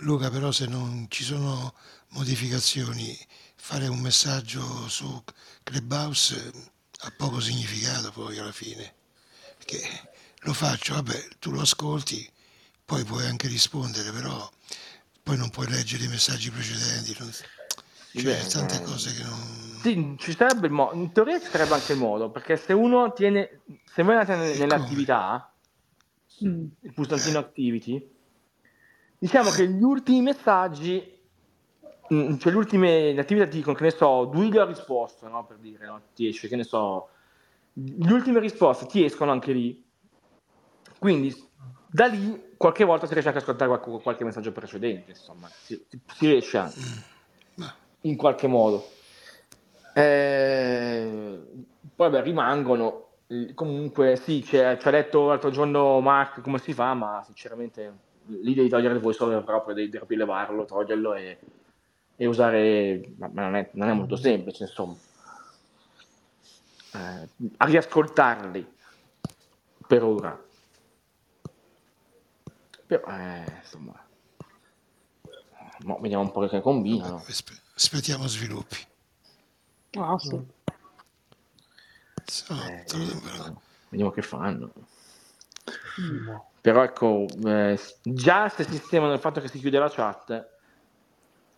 S4: Luca, però se non ci sono modificazioni, fare un messaggio su Clubhouse eh, ha poco significato poi alla fine. Perché lo faccio, vabbè, tu lo ascolti, poi puoi anche rispondere, però poi non puoi leggere i messaggi precedenti. non- Cioè,
S2: Beh,
S4: tante
S2: eh.
S4: cose che non...
S2: Sì, ci sarebbe il modo, in teoria ci sarebbe anche il modo, perché se uno tiene, se voi andate nel- nell'attività,
S6: Mm.
S2: il pulsantino activity, diciamo che gli ultimi messaggi, mm, cioè le ultime le attività ti dicono che ne so, Duilio ha risposto, no, per dire, no, ti esce, che ne so, le ultime risposte ti escono anche lì, quindi da lì qualche volta si riesce anche a ascoltare qualche, qualche messaggio precedente, insomma, si, si riesce anche
S4: Ma,
S2: in qualche modo. Eh, poi beh, rimangono. eh, Comunque, sì, c'è- ci ha detto l'altro giorno Mark come si fa, ma sinceramente lì devi togliere il voiceover proprio, devi devi rilevarlo, toglierlo e, e usare. Ma, ma non, è, non è molto semplice, insomma. Eh, a riascoltarli per ora. Però, eh, insomma, mo vediamo un po' che combinano.
S4: aspe- aspettiamo sviluppi.
S6: Ah, sì.
S2: Mm.
S4: Se no,
S2: Eh,
S4: te lo devo- però-
S2: vediamo che fanno.
S6: Mm.
S3: Boh.
S2: Però ecco, eh, già se sistemano il fatto che si chiude la chat,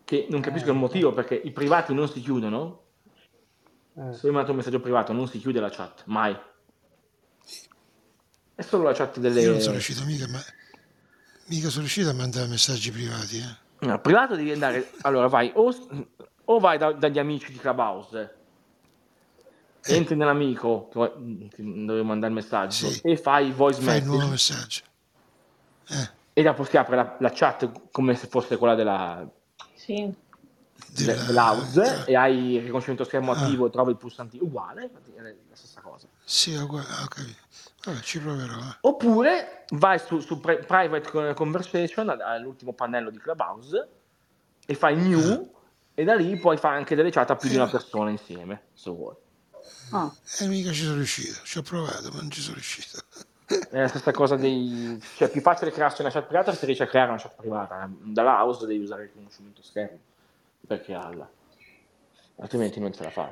S2: che
S4: Eh,
S2: non capisco il motivo perché i privati non si chiudono.
S3: Eh,
S2: Se io mando un messaggio privato non si chiude la chat, mai. È solo la chat delle...
S4: Io non sono riuscito mica, ma... mica sono riuscito a mandare messaggi privati, eh.
S2: No, privato devi andare... Allora vai, o, o vai da- dagli amici di Clubhouse,
S4: Eh.
S2: entri nell'amico che vuoi- che dove mandare il messaggio
S4: Sì.
S2: e fai voice
S4: Fai il nuovo
S2: message.
S4: messaggio. Eh,
S2: e dopo si apre la, la chat come se fosse quella della,
S5: Sì.
S4: della- eh,
S2: de- dell'house
S4: della-
S2: e hai il riconoscimento schermo
S4: Ah.
S2: attivo e trovi il pulsantino uguale, infatti è la stessa cosa.
S4: Sì, ho, gua- ho capito. Vabbè, ci proverò. eh.
S2: Oppure vai su, su pri- private con- conversation all- all'ultimo pannello di Clubhouse e fai new e da lì puoi fare anche delle chat a più di una persona insieme, se vuoi.
S6: Ah,
S4: E mica ci sono riuscito. Ci ho provato, ma non ci sono riuscito.
S2: È la stessa cosa dei... cioè è più facile crearsi una chat privata se riesci a creare una chat privata. Dalla house devi usare il riconoscimento schermo per crearla, altrimenti non ce la fai.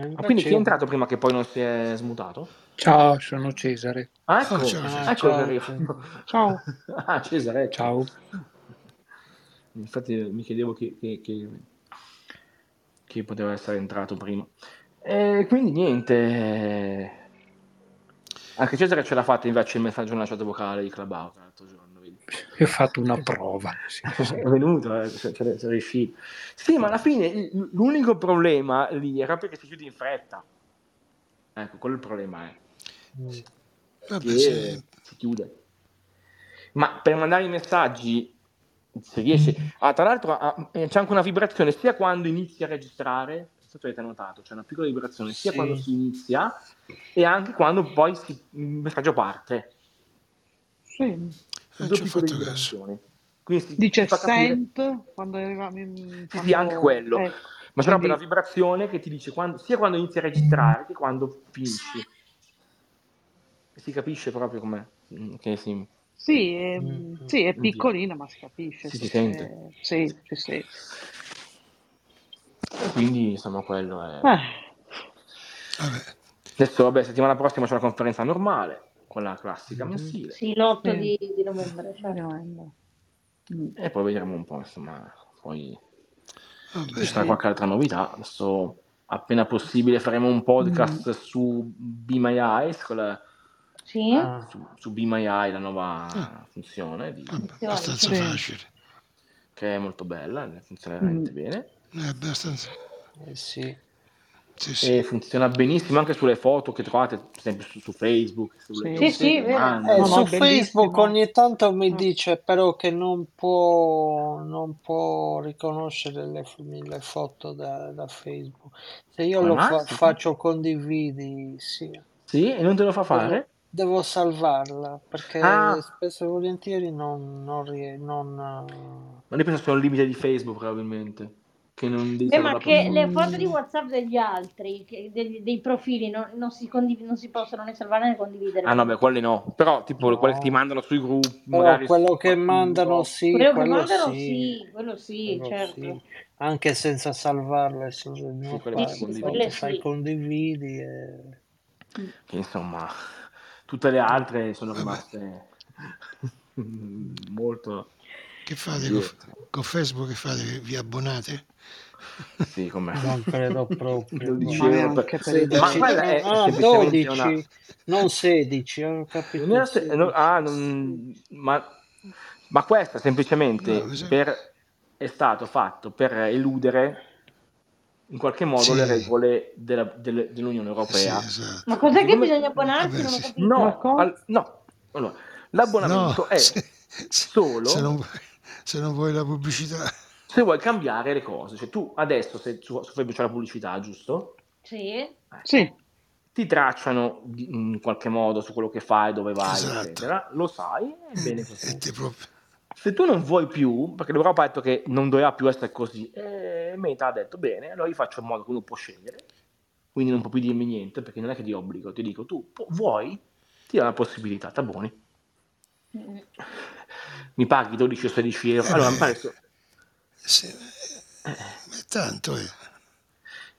S2: Ah, quindi
S3: invece
S2: chi è
S3: io-
S2: entrato prima che poi non si è smutato?
S7: Ciao, sono Cesare.
S2: Ah, ecco,
S4: Oh, ciao,
S2: ecco
S4: Cesare.
S2: che
S7: Ciao.
S2: arrivo.
S6: ciao.
S2: Ah, Cesare, ecco.
S7: Ciao.
S2: Infatti eh, mi chiedevo chi, chi- chi- chi poteva essere entrato prima. E quindi niente. Anche Cesare ce l'ha fatta invece il messaggio nella chat vocale di Clubhouse l'altro giorno. vedi.
S7: Io ho fatto una prova. Sì.
S2: È venuto, eh, se- se- se riuscì. Sì, ma alla fine il- l'unico problema lì era perché si chiude in fretta. Ecco, quello è il problema è.
S4: Vabbè,
S2: che
S4: se-
S2: si chiude. Ma per mandare i messaggi si riesce. Ah, tra l'altro ah, eh, c'è anche una vibrazione sia quando inizi a registrare, non so se avete notato, c'è una piccola vibrazione sia
S3: Sì.
S2: quando si inizia e anche quando poi si- il messaggio parte.
S6: Sì.
S4: non
S2: Due
S4: ci ho
S2: piccole
S4: fatto caso.
S2: vibrazioni. Quindi si,
S6: Dice
S2: si fa capire-
S6: sent quando arriva. mi-
S2: Sì, sì,
S6: quando-
S2: anche quello.
S6: eh,
S2: ma c'è proprio Cioè, una
S6: quindi-
S2: vibrazione che ti dice quando- sia quando inizi a registrare che quando finisci. Si capisce proprio com'è. mm, Che si...
S6: Sì, è,
S3: Mm.
S6: sì, è piccolina, ma si capisce.
S2: Si
S6: sì,
S2: sente.
S6: eh, Sì, sì, sì.
S2: Quindi, insomma, quello è.
S6: Eh,
S4: Vabbè,
S2: Adesso, vabbè, settimana prossima c'è la conferenza normale, quella classica
S4: Mm-hmm.
S2: mensile.
S5: Sì, l'8
S8: Sì.
S5: di, di novembre. certo.
S2: E poi vedremo un po', insomma, poi ci sarà
S4: Vabbè,
S2: qualche altra novità. Adesso, appena possibile, faremo un podcast
S4: Mm-hmm.
S2: su Be My Eyes, con la-
S5: Sì?
S3: Ah,
S2: su, su Be My Eye, la nuova
S4: Ah.
S2: funzione, di-
S4: vabbè,
S5: Sì.
S4: abbastanza
S8: Sì.
S4: facile.
S2: che è molto bella, funziona
S4: Mm-hmm.
S2: veramente bene.
S4: È abbastanza...
S3: eh sì.
S4: Sì, sì.
S2: E funziona benissimo anche sulle foto che trovate sempre su, su Facebook, sulle
S6: Sì.
S5: Sì, sì,
S2: che
S5: vero.
S2: mando.
S3: Eh,
S6: No, no,
S3: su
S6: bellissimo.
S3: Facebook ogni tanto mi
S6: Ah.
S3: dice però che non può, non può riconoscere le, f- le foto da, da Facebook. Se io
S2: Come
S3: lo
S2: mai?
S3: fa-
S2: Scusa.
S3: faccio condividi, sì, Eh,
S2: Sì, e non te lo fa
S3: devo,
S2: fare?
S3: devo salvarla perché
S2: Ah.
S3: spesso e volentieri non, non, rie- non, eh,
S2: Ma io penso sia un limite di Facebook, probabilmente. Che non devi
S5: Beh, Eh, ma
S2: salvarla per
S5: che
S2: forza.
S5: le foto di WhatsApp degli altri, che- degli- dei profili, no- non, si condiv- non si possono né salvare né condividere.
S2: Ah no, beh, quelli no. Però tipo
S3: No.
S2: quelle che ti mandano sui gruppi,
S3: Però
S2: magari...
S3: quello
S2: su
S3: che
S2: qualcuno.
S3: mandano sì,
S5: Quello che
S3: quello
S5: mandano
S3: sì,
S5: sì, quello sì,
S3: quello
S5: certo.
S3: Eh, sì, anche senza salvarle sul mio
S2: quelle
S5: Sì,
S2: posso
S5: sì,
S3: file, poi
S5: quelle
S2: condividere.
S3: ti fai
S5: sì.
S3: condividi e...
S2: Che insomma, tutte le altre sono
S4: Vabbè.
S2: rimaste molto...
S4: Che fate
S2: indietro.
S4: con, con Facebook? Che fate? Vi abbonate?
S2: Sì, com'è?
S3: Non credo proprio,
S2: 12
S3: guarda.
S2: euro
S6: Ma neanche
S2: per...
S6: per il
S2: Ma
S3: 16,
S2: quella è
S3: no,
S6: bambino.
S3: ah,
S2: semplicemente
S3: 12,
S2: una...
S3: non 16, ho capito
S2: Non era se- no,
S3: 16.
S2: ah, non- ma, ma questo
S4: No,
S2: semplicemente
S4: mi sembra-
S2: per- è stato fatto per eludere in qualche modo
S4: Sì.
S2: le regole della- delle- dell'Unione
S4: Sì,
S2: Europea.
S4: esatto.
S5: Ma cos'è che
S2: Secondo me-
S5: bisogna
S4: Vabbè,
S5: abbonarsi? non ho
S4: sì.
S5: capito.
S6: Ma
S2: No,
S6: co-
S2: al- no. Allora,
S4: No,
S2: l'abbonamento è
S4: se, se- se
S2: solo
S4: non, vuoi- se non vuoi la pubblicità.
S2: se vuoi cambiare le cose. Cioè tu adesso se su, su Facebook c'è la pubblicità, giusto?
S5: Sì.
S6: Sì,
S2: Ti tracciano di- in qualche modo su quello che fai, dove vai,
S4: Esatto. Eh,
S2: eccetera. Lo sai, è bene
S4: E
S2: così.
S4: te proprio...
S2: se tu non vuoi più, perché l'Europa ha detto che non doveva più essere così, e Meta ha detto bene, allora io faccio in modo che uno può scegliere, quindi non può più dirmi niente, perché non è che ti obbligo, ti dico tu pu- vuoi, ti do la possibilità, taboni,
S5: Mm.
S2: mi paghi 12 o 16 euro,
S4: Eh
S2: allora mi
S4: beh.
S2: pare che- Eh.
S4: se- ma tanto, eh.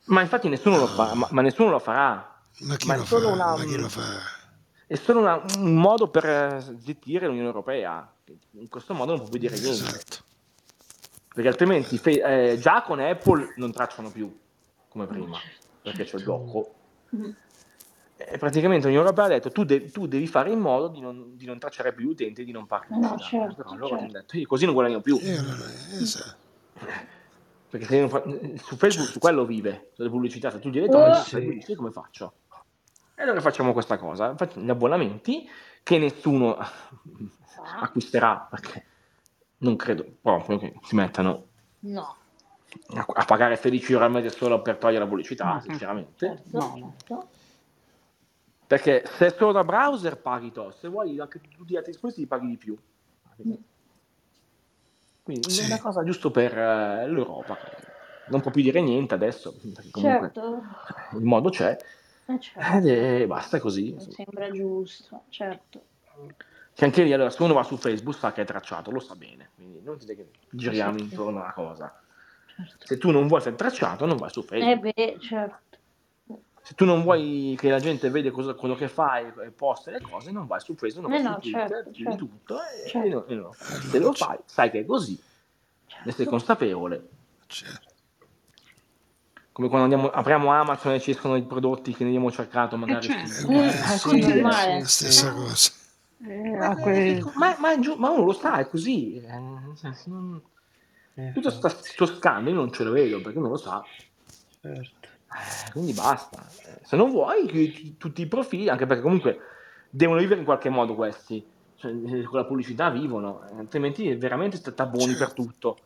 S2: ma infatti nessuno lo fa, ma, ma nessuno lo farà,
S4: ma chi
S2: ma è
S4: lo
S2: solo,
S4: fa?
S2: una-
S4: Ma chi lo fa?
S2: è solo una- un modo per eh, zittire l'Unione Europea, in questo modo non può più dire niente,
S4: Esatto.
S2: perché altrimenti fe- eh, già con Apple non tracciano più come prima, perché
S5: Cioè,
S2: c'è il blocco.
S5: mm-hmm.
S2: E praticamente l'Unione Europea ha detto tu, de- tu devi fare in modo di non, di non tracciare più gli utenti e di non farli
S5: No,
S2: pubblicità.
S5: certo,
S2: Però loro
S5: certo.
S2: hanno detto io così non guadagno più.
S4: E Eh, allora, esatto.
S2: Perché se io non fa- su Facebook su quello vive, sulle pubblicità, se tu gli
S5: Oh.
S2: togli,
S3: Sì.
S2: le pubblicità come faccio? E allora facciamo questa cosa, facciamo gli abbonamenti che nessuno
S5: Ah,
S2: acquisterà perché non credo proprio che si mettano
S5: no,
S2: a, a pagare 16 euro al mese solo per togliere la pubblicità,
S6: Mm.
S2: sinceramente.
S5: Mm-hmm. certo,
S6: No, no.
S5: certo.
S2: Perché se è solo da browser paghi tot, se vuoi anche tutti gli altri dispositivi paghi di più. Quindi
S4: Sì.
S2: è una cosa giusto per eh, l'Europa. Non può più dire niente adesso, perché comunque
S5: Certo,
S2: il modo c'è.
S5: eh, certo.
S2: Ed è, basta così.
S5: Mi
S2: insomma.
S5: sembra giusto, certo.
S2: Che anche lì, allora, se uno va su Facebook sa che è tracciato, lo sa bene. Quindi non ti che giriamo intorno alla cosa. Se tu non vuoi essere tracciato, non vai su
S5: Eh
S2: Facebook.
S5: beh, certo.
S2: Se tu non vuoi che la gente vede cosa- quello che fai, e posta le cose, non vai su Facebook, non vai
S5: Eh
S2: su
S5: no,
S2: Twitter,
S5: certo,
S2: chiudi
S5: certo.
S2: tutto e,
S5: Certo.
S2: e non- e non lo fai. Se lo fai, sai che è così, ne sei consapevole.
S4: Certo.
S2: Come quando andiamo- apriamo Amazon e ci escono i prodotti che ne abbiamo cercato magari.
S6: certo.
S2: su-
S4: Eh,
S5: Eh,
S4: beh,
S5: è
S4: sì,
S5: così
S6: Eh,
S5: normale.
S4: la
S6: sì, sì.
S4: stessa cosa.
S6: Eh,
S2: Ma,
S6: a quel-
S2: ma- ma è giu- ma uno lo sa, è così. eh, nel senso, non-
S3: Eh,
S2: Tutto sta- sto scambio io non ce lo vedo perché non lo sa.
S3: certo.
S2: Eh, Quindi basta. Eh, Se non vuoi, chiudi tutti i profili, anche perché comunque devono vivere in qualche modo questi. Cioè, eh, con la pubblicità vivono, eh, altrimenti è veramente sta- taboni per tutto.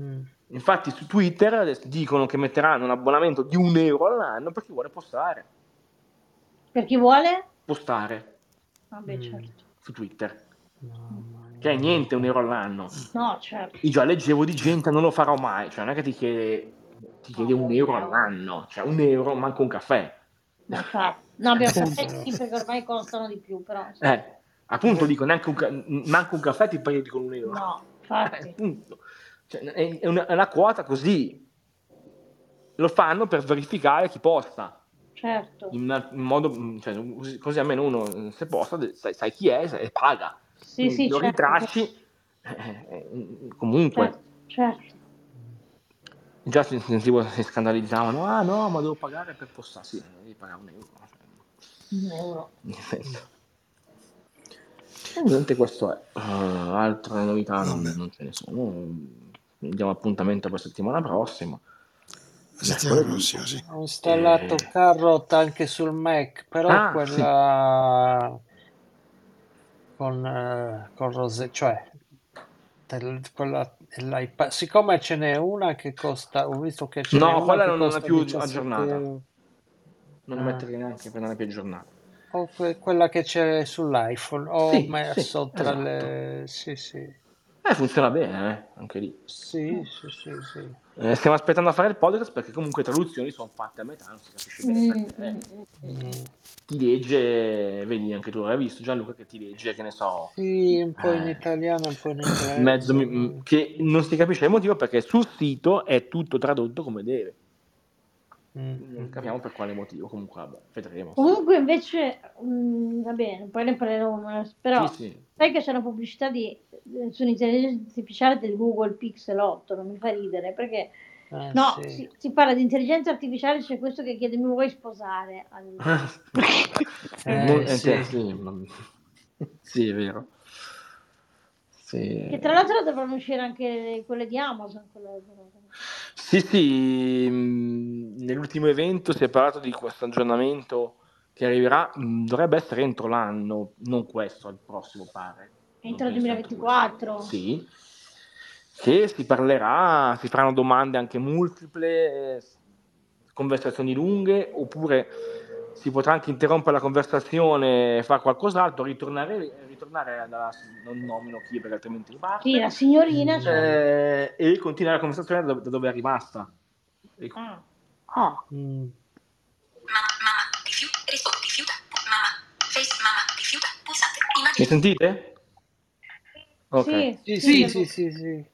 S3: Mm.
S2: Infatti su Twitter adesso dicono che metteranno un abbonamento di un euro all'anno per chi vuole postare.
S5: Per chi vuole?
S2: Postare
S5: Vabbè,
S3: Mm.
S5: certo.
S2: su Twitter.
S3: Mamma
S2: Che è
S3: mia.
S2: niente un euro all'anno.
S5: No, certo.
S2: Io già leggevo di gente, non lo farò mai. Cioè non è che ti chiede, ti chiede un euro all'anno. Cioè un euro, manco un caffè.
S5: Ma fa- No, abbiamo
S6: Sì.
S5: capito sì, perché ormai costano di più, però. insomma,
S2: Eh, appunto dico, neanche un, ca- manco un caffè ti paghi con un euro.
S5: No,
S2: Eh,
S5: infatti.
S2: appunto. Cioè, è, è una, è una quota così. Lo fanno per verificare chi posta.
S5: certo.
S2: in, una- in modo cioè, così- così almeno uno eh, se posta sai, sai chi è e paga
S5: Sì, sì,
S2: lo
S5: certo.
S2: ritracci eh, eh, comunque
S5: Certo, certo.
S2: già si sentivo si scandalizzavano ah no ma devo pagare per postare sì devi pagare un euro cioè,
S5: Un euro.
S2: nel senso Ovviamente questo è Eh, altre novità non,
S4: Vabbè.
S2: non ce ne sono diamo appuntamento per settimana prossima Eh,
S4: La settimana
S2: quello-
S4: prossima, sì.
S3: Ho installato
S2: Eh.
S3: Carrot anche sul Mac, però
S2: Ah,
S3: quella con, eh, con Rose, cioè del- quella dell'iPad. Siccome ce n'è una che costa, ho visto che ce n'è
S2: No,
S3: una
S2: quella
S3: che
S2: non- non è
S3: costa
S2: più
S3: 17
S2: aggiornata.
S3: euro.
S2: non
S3: Ah.
S2: metterli neanche per non più aggiornata
S3: O que- quella che c'è sull'iPhone, ho
S2: Sì,
S3: messo
S2: sì,
S3: tra
S2: esatto.
S3: le... Sì, sì,
S2: eh funziona bene eh, anche lì
S3: sì, sì, sì, sì.
S2: Eh, stiamo aspettando a fare il podcast perché comunque traduzioni sono fatte a metà non si capisce
S5: certo.
S2: bene perché
S3: Mm.
S2: ti legge vedi anche tu l'hai visto Gianluca che ti legge che ne so
S3: Sì, un po' in
S2: Eh.
S3: italiano, un po' in inglese.
S2: mezzo mi- mm. che non si capisce il motivo perché sul sito è tutto tradotto come deve
S3: Mm.
S2: non capiamo per quale motivo comunque vabbè, vedremo
S5: Comunque invece, mm, va bene, poi ne parleremo, eh, però
S2: sì, sì.
S5: sai che c'è una pubblicità di, eh, sull'intelligenza artificiale del Google Pixel 8, non mi fa ridere, perché
S3: Eh,
S5: no,
S3: sì.
S5: si, si parla di intelligenza artificiale, c'è questo che chiede mi vuoi sposare? Allora,
S2: Ah.
S3: Eh,
S2: Non- eh,
S3: sì.
S2: sì, ma- sì, è vero sì.
S5: Che tra l'altro dovranno uscire anche quelle di Amazon. quelle-
S2: Sì, sì, mh, nell'ultimo evento si è parlato di questo aggiornamento che arriverà, mh, dovrebbe essere entro l'anno, non questo, il prossimo pare.
S5: Entro il
S2: Non penso
S5: 2024.
S2: entro- Sì, che si parlerà, si faranno domande anche multiple, eh, conversazioni lunghe, oppure si potrà anche interrompere la conversazione, fare qualcos'altro, ritornare, ritornare dalla, non nomino chi perché altrimenti riparte.
S5: Sì, la signorina. cioè-
S2: Eh, e continua la conversazione da, da dove è rimasta. E-
S5: Ah,
S6: Ah,
S3: Mm.
S1: Mamma, mamma, rifiuta, rispondi, rifiuta, pu- mamma, face, mamma, rifiuta, pulsante,
S2: Mi
S1: immagini,
S2: sentite? Eh, Ok.
S3: Sì, sì,
S5: sì,
S3: sì, sì,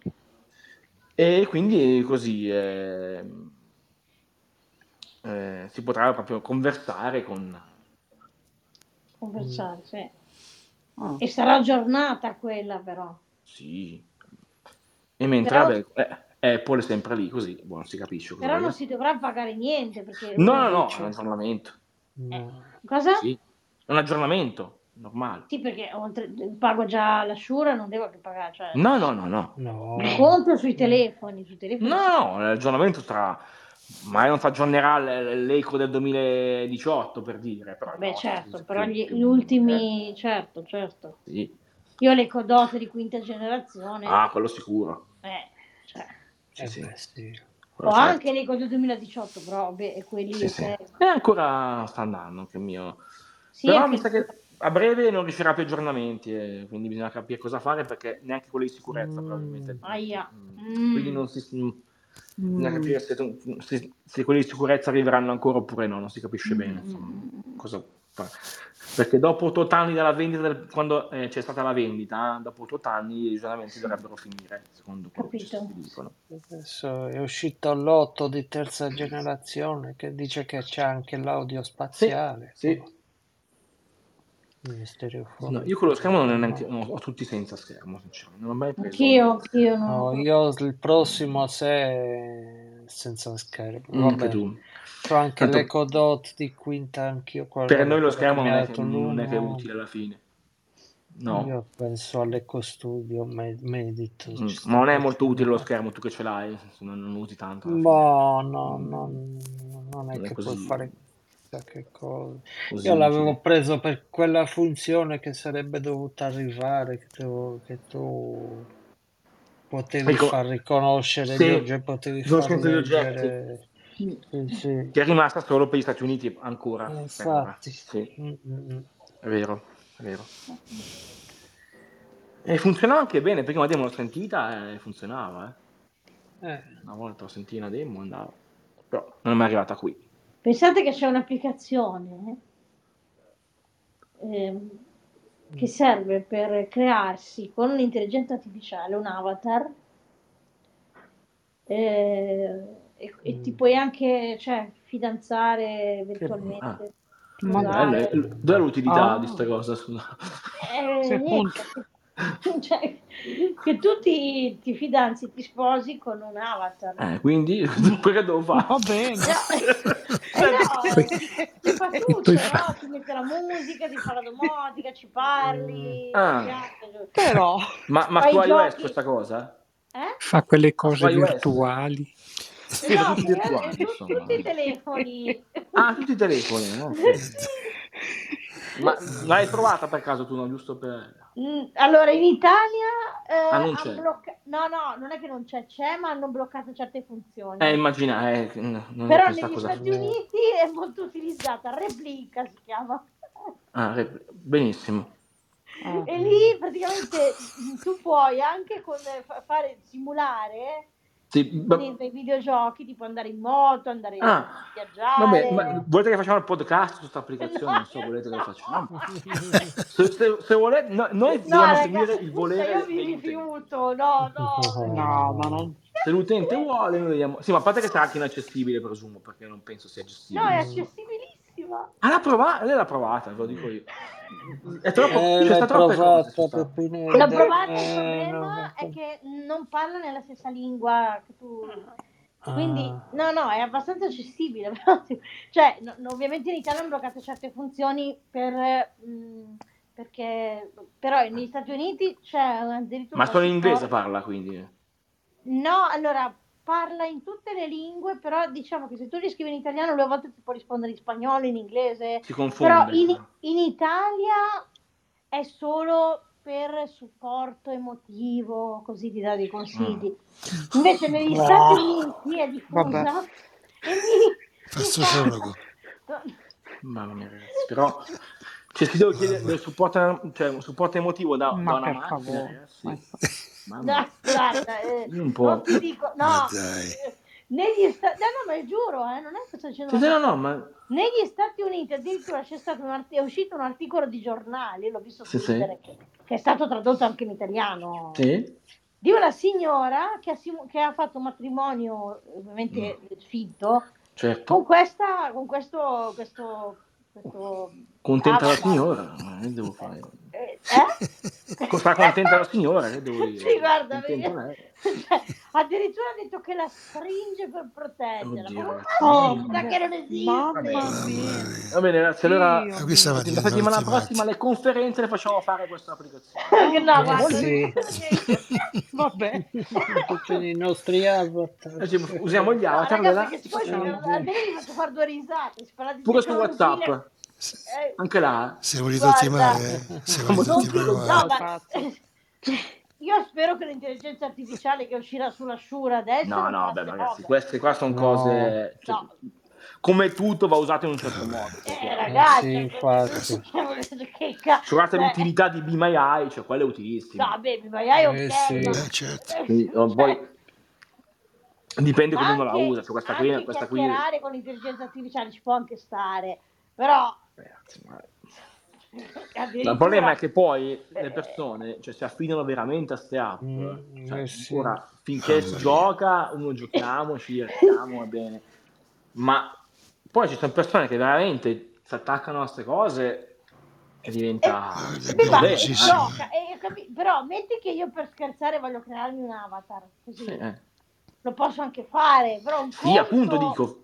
S3: sì.
S2: E quindi così ehm, eh, si potrà proprio conversare con...
S5: conversare, sì.
S6: ah.
S5: E sarà aggiornata quella però.
S2: Sì. E mentre
S5: Però-
S2: vabbè, eh, Apple è sempre lì così, boh, non si capisce. cosa
S5: Però non
S2: voglia.
S5: si dovrà pagare niente perché...
S2: No, no, no, è un aggiornamento.
S3: No.
S5: Cosa? Sì.
S2: Sì. È un aggiornamento, normale.
S5: perché oltre, pago già la Shura, non devo che pagare. Cioè,
S2: No, no, no, no.
S3: No.
S5: Conto sui telefoni, sui telefoni.
S2: No, no, l'aggiornamento tra. Ma non si aggiornerà l- l'eco del 2018 per dire. Però
S5: Beh
S2: no,
S5: certo,
S2: sì,
S5: però
S2: sì,
S5: gli,
S2: sì,
S5: gli ultimi... Certo, certo.
S2: eh, sì.
S5: Io le codote di quinta generazione.
S2: Ah, quello sicuro.
S5: eh, cioè,
S2: Sì,
S3: Eh
S2: sì,
S3: beh, sì.
S5: ho
S2: quello certo.
S5: anche le codote 2018, però beh, quelli...
S2: Sì, sì.
S5: eh,
S2: E ancora sta andando anche il mio.
S5: sì,
S2: però
S5: anche-
S2: mi sa che a breve non riuscirà più aggiornamenti, eh, quindi bisogna capire cosa fare perché neanche quello di sicurezza
S3: Mm.
S2: probabilmente.
S5: Aia.
S2: Mm. Quindi
S5: Mm.
S2: non si. Bisogna capire se, tu- se- se quelli di sicurezza arriveranno ancora oppure no, non si capisce
S5: Mm,
S2: bene insomma, cosa fa. Perché dopo 8 anni dalla vendita, del- quando eh, c'è stata la vendita, dopo 8 anni i aggiornamenti dovrebbero finire, secondo quello che ci
S5: Capito.
S2: dicono.
S3: Adesso è uscito l'otto di terza generazione che dice che c'è anche l'audio spaziale.
S2: Sì.
S3: Misterio
S2: No, io con lo schermo non ho neanche, no, ho tutti senza schermo, sinceramente. Non ho mai preso.
S5: Anch'io, anch'io. non-
S3: No, io il prossimo se senza schermo.
S2: Mm, Anche
S3: Vabbè.
S2: tu.
S3: C'ho anche
S2: Tanto-
S3: l'Echo Dot di quinta anch'io. quello-
S2: Per noi lo
S3: quello
S2: schermo
S3: che
S2: non
S3: mi ha
S2: è, che,
S3: dato
S2: non è che è
S3: l'uno.
S2: utile alla fine. No,
S3: Io penso all'Eco Studio Med- Medit.
S2: Mm,
S3: ci sto
S2: ma non è molto
S3: pensando.
S2: utile lo schermo, tu che ce l'hai, non, non usi tanto alla fine.
S3: No, Boh, no, no, non è
S2: Non è
S3: che
S2: così,
S3: puoi fare chissà che cosa.
S2: così
S3: Io l'avevo
S2: utile.
S3: preso per quella funzione che sarebbe dovuta arrivare, che tu, che tu potevi
S2: Ecco,
S3: far riconoscere gli
S2: sì,
S3: oggetti, potevi
S2: non
S3: far
S2: sento gli oggetti.
S3: leggere. Sì, sì.
S2: Che è rimasta solo per gli Stati Uniti ancora.
S3: Eh,
S2: per ora.
S3: Infatti.
S2: Ah, Sì,
S3: Mm, mm, mm.
S2: è vero, è vero. E funzionava anche bene, prima demo l'ho sentita e funzionava. eh.
S3: Eh,
S2: Una volta ho sentito una demo, andava. Però non è mai arrivata qui.
S5: Pensate che c'è un'applicazione ehm, che
S3: Mm.
S5: serve per crearsi con l'intelligenza artificiale un avatar
S3: Mm.
S5: eh, e, e ti puoi anche, cioè, fidanzare
S3: Ah.
S5: eventualmente.
S6: Ma
S5: Sposare.
S2: Eh, l- dov'è l'utilità
S6: Ah.
S2: di sta cosa? Scusa.
S5: Eh,
S6: Sì,
S5: niente. Cioè, che tu ti, ti fidanzi, ti sposi con un avatar.
S2: Eh, quindi, perché devo fare?
S6: Va bene.
S5: Eh no,
S7: Poi-
S5: ti fa
S7: e
S5: tutto,
S7: poi
S5: no?
S7: fa-
S5: Ti mette la musica, ti fa la domotica, ci parli.
S2: Ah.
S5: piange.
S6: Però,
S2: Ma, ma
S5: Fai
S2: su
S5: i
S2: iOS
S5: giochi.
S2: questa cosa?
S5: Eh?
S7: Fa quelle cose
S2: Vai, Wes.
S7: virtuali.
S2: Sì,
S5: no,
S2: tutti
S5: perché
S2: virtuali,
S5: tu-
S2: insomma.
S5: eh, tutti i telefoni.
S2: Ah, tutti i telefoni. no? Ma l'hai trovata per caso tu, no? Giusto per...
S5: Mm, Allora, in Italia eh,
S2: Ah, non
S5: hanno
S2: c'è.
S5: blocca- no, no, non è che non c'è, c'è, ma hanno bloccato certe funzioni.
S2: Eh, immagina, eh, n- non
S5: Però
S2: questa
S5: negli
S2: cosa-
S5: Stati Uniti è molto utilizzata, replica si chiama.
S2: Ah, re- benissimo.
S6: Ah.
S5: E lì praticamente tu puoi anche con- fa- fare simulare
S2: Sì, ma-
S5: dentro i videogiochi, tipo andare in moto, andare
S2: Ah,
S5: a viaggiare.
S2: vabbè, ma volete che facciamo il podcast su questa applicazione?
S5: No,
S2: non so, volete che
S5: no.
S2: lo facciamo? No, Se, se- se volete, no- noi
S5: No,
S2: dobbiamo
S5: raga,
S2: seguire il volere
S5: io mi
S2: dell'utente.
S5: rifiuto, no, no.
S6: no, ma non...
S2: Se l'utente vuole, noi vediamo. Sì, ma a parte che sarà anche inaccessibile, presumo, perché non penso sia
S5: No, è
S2: gestibile.
S5: accessibilissima.
S2: Ah, l'ha provata, lei l'ha provata, ve lo dico io. È troppo,
S3: Eh,
S2: c'è
S3: l'hai
S2: sta troppe cose. su
S3: provata,
S2: sta-
S3: Peppino.
S5: L'ho provata, il
S3: Eh, no,
S5: problema è che non parla nella stessa lingua che tu. Quindi,
S3: Ah.
S5: no, no, è abbastanza accessibile. però sì. cioè, no- no, ovviamente in Italia hanno bloccato certe funzioni per, mh, perché, però negli Stati Uniti c'è addirittura...
S2: Ma solo in
S5: una
S2: inglese
S5: supporto-
S2: parla, quindi. eh.
S5: No, allora, parla in tutte le lingue, però diciamo che se tu gli scrivi in italiano, lui a volte ti può rispondere in spagnolo, in inglese,
S2: Si confonde.
S5: però in, in Italia è solo per supporto emotivo, così ti dà dei consigli. Invece negli
S6: No.
S5: Stati Uniti è diffusa.
S6: Vabbè.
S5: e lì-
S4: Fa sociologo.
S2: Mamma mia, ragazzi, però. Cioè, si devo chiedere del supporto, cioè, un supporto emotivo da, da
S6: Ma
S2: una
S6: per
S2: macchina,
S6: favore. Ecco,
S2: ragazzi.
S6: Ma-
S2: Mamma
S5: No,
S2: mia.
S5: guarda, eh,
S2: Io un po'.
S5: non ti dico, no,
S4: Ma dai.
S5: Eh? negli Stati, no, no, ma giuro, eh, non è che sto dicendo
S2: Sì,
S5: una
S2: sì, no, no, ma.
S5: Negli Stati Uniti addirittura c'è stato un art- è uscito un articolo di giornale, l'ho visto su
S2: Sì, sì.
S5: Twitter, che- che è stato tradotto anche in italiano,
S2: Sì.
S5: di una signora che ha, simu- che ha fatto un matrimonio eh, ovviamente
S2: Mm.
S5: fitto con,
S2: Certo,
S5: questa, con questo... questo, questo
S2: contenta la
S5: avatar.
S2: signora, ma che devo fare?
S5: Eh? eh?
S2: Sta contenta la signora, che devo dire?
S5: Sì, guarda,
S2: Contenta
S5: perché-
S2: lei.
S5: cioè, addirittura ha detto che la stringe per proteggerla.
S2: Oddio, ragazzi.
S5: Ma guarda
S6: Oh,
S5: che non esiste!
S6: Mamma
S4: Mamma
S6: mia.
S4: mia.
S2: Va bene, ragazzi, allora
S6: Dio
S4: Ma qui stava
S6: mio.
S2: la
S4: diventando
S2: settimana
S4: matti.
S2: prossima le conferenze le facciamo fare questa applicazione.
S5: Che no, guarda,
S3: Eh, sì.
S6: Vabbè.
S3: Tutti i nostri avatar.
S2: Oggi Usiamo gli
S5: No,
S2: avatar,
S5: raga,
S2: della-
S5: perché poi
S3: facciamo-
S5: almeno vi faccio fare due risate. Si parla di
S2: pure su
S5: tecnologia.
S2: WhatsApp,
S5: Eh,
S2: anche là.
S4: Se volete
S5: Guarda.
S4: tutti male, eh. se
S2: Non
S4: volete tutti
S2: dico
S4: male,
S5: no,
S4: guarda.
S5: ma- io spero che l'intelligenza artificiale che uscirà sulla Shura adesso.
S2: No,
S5: non
S2: no,
S5: faccia
S2: vabbè, ragazzi,
S5: roba.
S2: queste qua sono
S3: No.
S2: cose... cioè,
S5: No.
S2: Come tutto va usato in un certo modo.
S5: Eh,
S2: perché-
S5: ragazzi,
S3: sì, infatti.
S5: che cazzo.
S2: Scusate
S5: Cioè,
S2: l'utilità di Be My Eye, cioè quella è utilissima.
S5: No, baby, ma è ok.
S3: Eh, sì.
S5: ma-
S4: Eh, certo.
S2: Quindi, oh, poi dipende come uno la
S5: Anche-
S2: usa, cioè questa qui,
S5: anche
S2: questa qui...
S5: chiacchierare con l'intelligenza artificiale ci può anche stare, però
S2: Ragazzi, ma-
S5: addirittura-
S2: Il problema è che poi
S5: Eh.
S2: le persone cioè, si affidano veramente a ste app.
S3: Mm,
S2: Cioè,
S3: eh sì. Ah,
S2: Ora, finché si
S4: Mamma mia.
S2: gioca, uno giochiamo, ci divertiamo, va bene. Ma poi ci sono persone che veramente si attaccano a queste cose e diventa...
S4: Eh,
S2: un
S5: Beh, ma-
S2: problema,
S4: sì,
S5: eh,
S4: sì.
S2: eh.
S5: gioca, eh, io capi- però metti che io per scherzare voglio crearmi un avatar, così
S2: Sì, eh.
S5: lo posso anche fare, però un
S2: Sì,
S5: conto,
S2: appunto dico...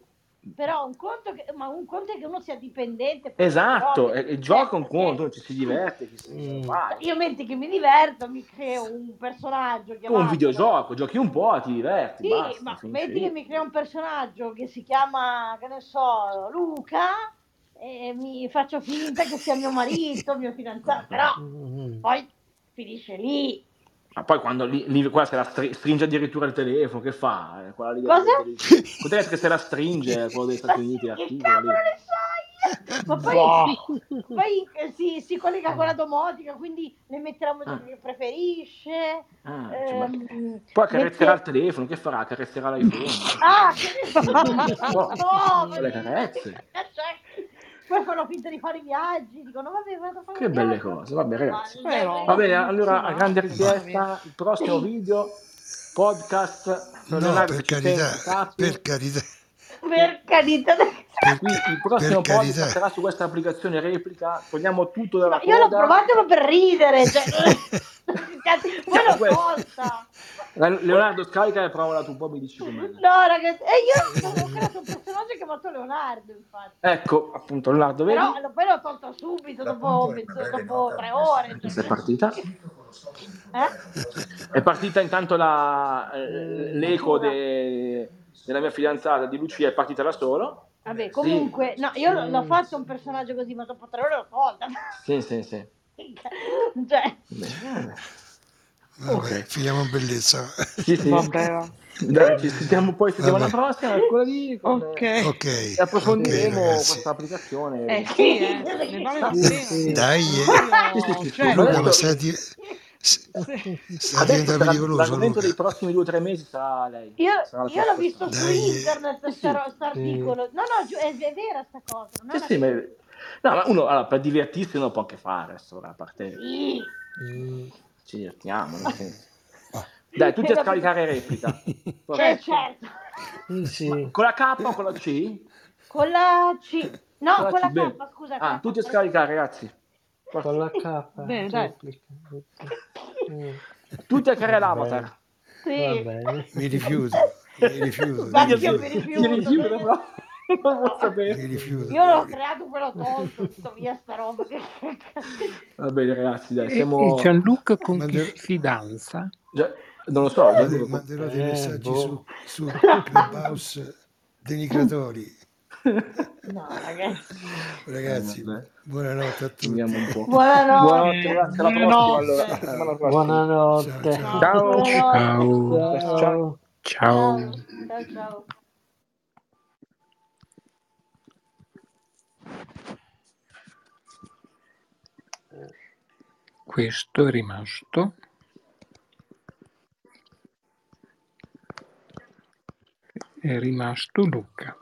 S5: Però un conto, che, ma un conto è che uno sia dipendente. per
S2: Esatto,
S5: le
S2: e-
S5: cose.
S2: e gioca un
S5: Eh,
S2: conto,
S5: perché
S2: uno ci si diverte, ci si
S3: Mm.
S2: fa.
S5: Io metti che mi diverto, mi creo un
S2: Tu
S5: personaggio.
S2: un
S5: chiamato-
S2: videogioco, giochi un po', ti diverti,
S5: Sì,
S2: basta,
S5: ma
S2: fin
S5: metti
S2: qui.
S5: che mi crea un personaggio che si chiama, che ne so, Luca e mi faccio finta che sia mio marito, mio fidanzato, però
S3: Mm.
S5: poi finisce lì.
S2: Ma poi quando lì, lì quella se la stri- stringe addirittura il telefono, che fa? Eh, Quella lì
S5: Cosa?
S2: Quella che se la stringe, quello degli
S5: Ma
S2: Stati Uniti,
S5: che
S2: l'articolo
S5: cavolo
S2: lì.
S5: ne sai? Ma poi,
S3: Boh.
S5: poi, eh, si, si collega con la domotica, quindi le mette la musica
S2: Eh. Ah.
S5: che preferisce.
S2: Ah, cioè, ma-
S5: ehm,
S2: Poi carezzerà
S5: mette-
S2: il telefono, che farà? Carezzerà l'iPhone.
S5: Ah, che
S2: Oh,
S5: no, ma
S2: le
S5: che-
S2: carezze.
S5: cioè, Poi fanno finta di fare i viaggi, dicono vabbè, vado a fare
S2: Che
S5: un
S2: belle
S5: viaggio.
S2: cose, vabbè ragazzi.
S5: Ah,
S6: Però-
S2: Va bene, allora
S6: Sì,
S2: a
S6: no,
S2: grande
S6: mamma mia.
S2: richiesta, il prossimo video, podcast,
S4: No,
S2: Leonardo
S4: per
S2: che ci
S4: carità,
S2: pensa, cazzi.
S4: per carità.
S5: Per carità,
S2: Per cui il prossimo
S4: per
S2: podcast
S4: carità.
S2: sarà su questa applicazione replica, togliamo tutto dalla
S5: Ma io l'ho
S2: coda.
S5: provato per ridere, cioè, cazzo, voi lo
S2: Questo-
S5: costa.
S2: Leonardo scarica e provala tu, poi mi dici com'è.
S5: No, ragazzi, e io sono creato un personaggio chiamato Leonardo, infatti.
S2: Ecco, appunto, Leonardo, vedi?
S5: Però lo- poi l'ho tolto subito, dopo, mezzo- dopo tre ore.
S2: Questa è
S5: cioè.
S2: partita.
S5: Eh?
S2: È partita intanto la, eh, l'eco de- della mia fidanzata di Lucia, è partita da solo.
S5: Vabbè, comunque, no, io l'ho- l'ho fatto un personaggio così, ma dopo tre ore l'ho tolta.
S2: Sì, sì, sì.
S5: cioè,
S4: Vabbè,
S2: Ok.
S4: finiamo in bellezza.
S2: Sì, sì.
S6: Vabbè, va.
S2: Dai, ci sentiamo poi settimana
S4: Vabbè.
S2: prossima,
S6: Eh,
S2: ancora lì. con-
S3: Oh.
S6: ok.
S4: ok.
S2: E Eh, approfondiremo
S4: ok, ragazzi.
S2: questa applicazione.
S6: Eh sì, eh, ne vale la
S2: Sì,
S6: pena.
S2: sì. eh.
S4: Dai,
S2: Sì, sì, sì,
S6: Io- Cioè,
S2: sì,
S4: Luca, ma
S2: adesso-
S4: stai di- s-
S6: sì.
S4: stai
S2: Adesso
S4: diventando
S2: sarà-
S4: Ah, pericoloso,
S2: l'argomento
S4: Luca.
S2: dei prossimi due o tre mesi sarà lei.
S5: io,
S2: Sarà la
S5: io l'ho
S2: terza
S5: visto
S2: persona.
S5: su
S4: Dai.
S5: internet questo articolo. No, no, giu- è, è vera sta cosa. non è
S2: Sì,
S5: una-
S2: sì, ma... No, ma uno allora, per divertirsi non può che fare, adesso, a parte
S5: Sì.
S2: ci divertiamo.
S5: Ah.
S2: nel senso. Dai, tutti a scaricare replica.
S5: Eh, certo.
S3: Mm,
S2: Ma Con la K o con la C?
S5: Con la C. No,
S2: Con la
S5: con la
S2: C, bene.
S5: K, scusa.
S2: Ah,
S5: con
S2: tutti
S5: la
S2: a
S5: K.
S2: scaricare, ragazzi.
S3: Con la K. eh,
S6: Bene, dai.
S3: replica. Mm,
S2: Tutti a creare l'avatar.
S3: Va
S5: Sì.
S3: bene.
S4: Mi rifiuto, mi rifiuto.
S5: Guarda,
S4: mi
S5: io mi
S4: rifiuto,
S5: rifiuto,
S2: Mi rifiuto,
S5: bene.
S2: però. Non vuol sapere.
S4: mi rifiuto.
S5: Io l'ho creato, poi l'ho tolto, tutto via sta roba. Che...
S2: Va bene, ragazzi, dai,
S7: E-
S2: siamo...
S7: E Gianluca con
S4: Ma
S7: chi
S4: devo-
S7: si fidanza?
S2: Già- Non lo so, già
S4: Mande-
S2: dico-
S4: Manderò dei
S3: Eh,
S4: messaggi
S3: boh.
S4: su, su Clubhouse denigratori.
S5: No, ragazzi.
S4: Ragazzi,
S2: Eh, vabbè.
S4: buonanotte a tutti.
S2: Vediamo un po'.
S5: Buonanotte.
S2: Buonanotte, ragazzi, alla prossima,
S6: Buonanotte.
S2: allora. Settimana prossima.
S3: Buonanotte.
S4: Ciao,
S2: Ciao.
S5: Buonanotte.
S2: Ciao.
S7: Ciao. Ciao.
S5: Ciao, ciao.
S7: Questo è rimasto. È rimasto Luca.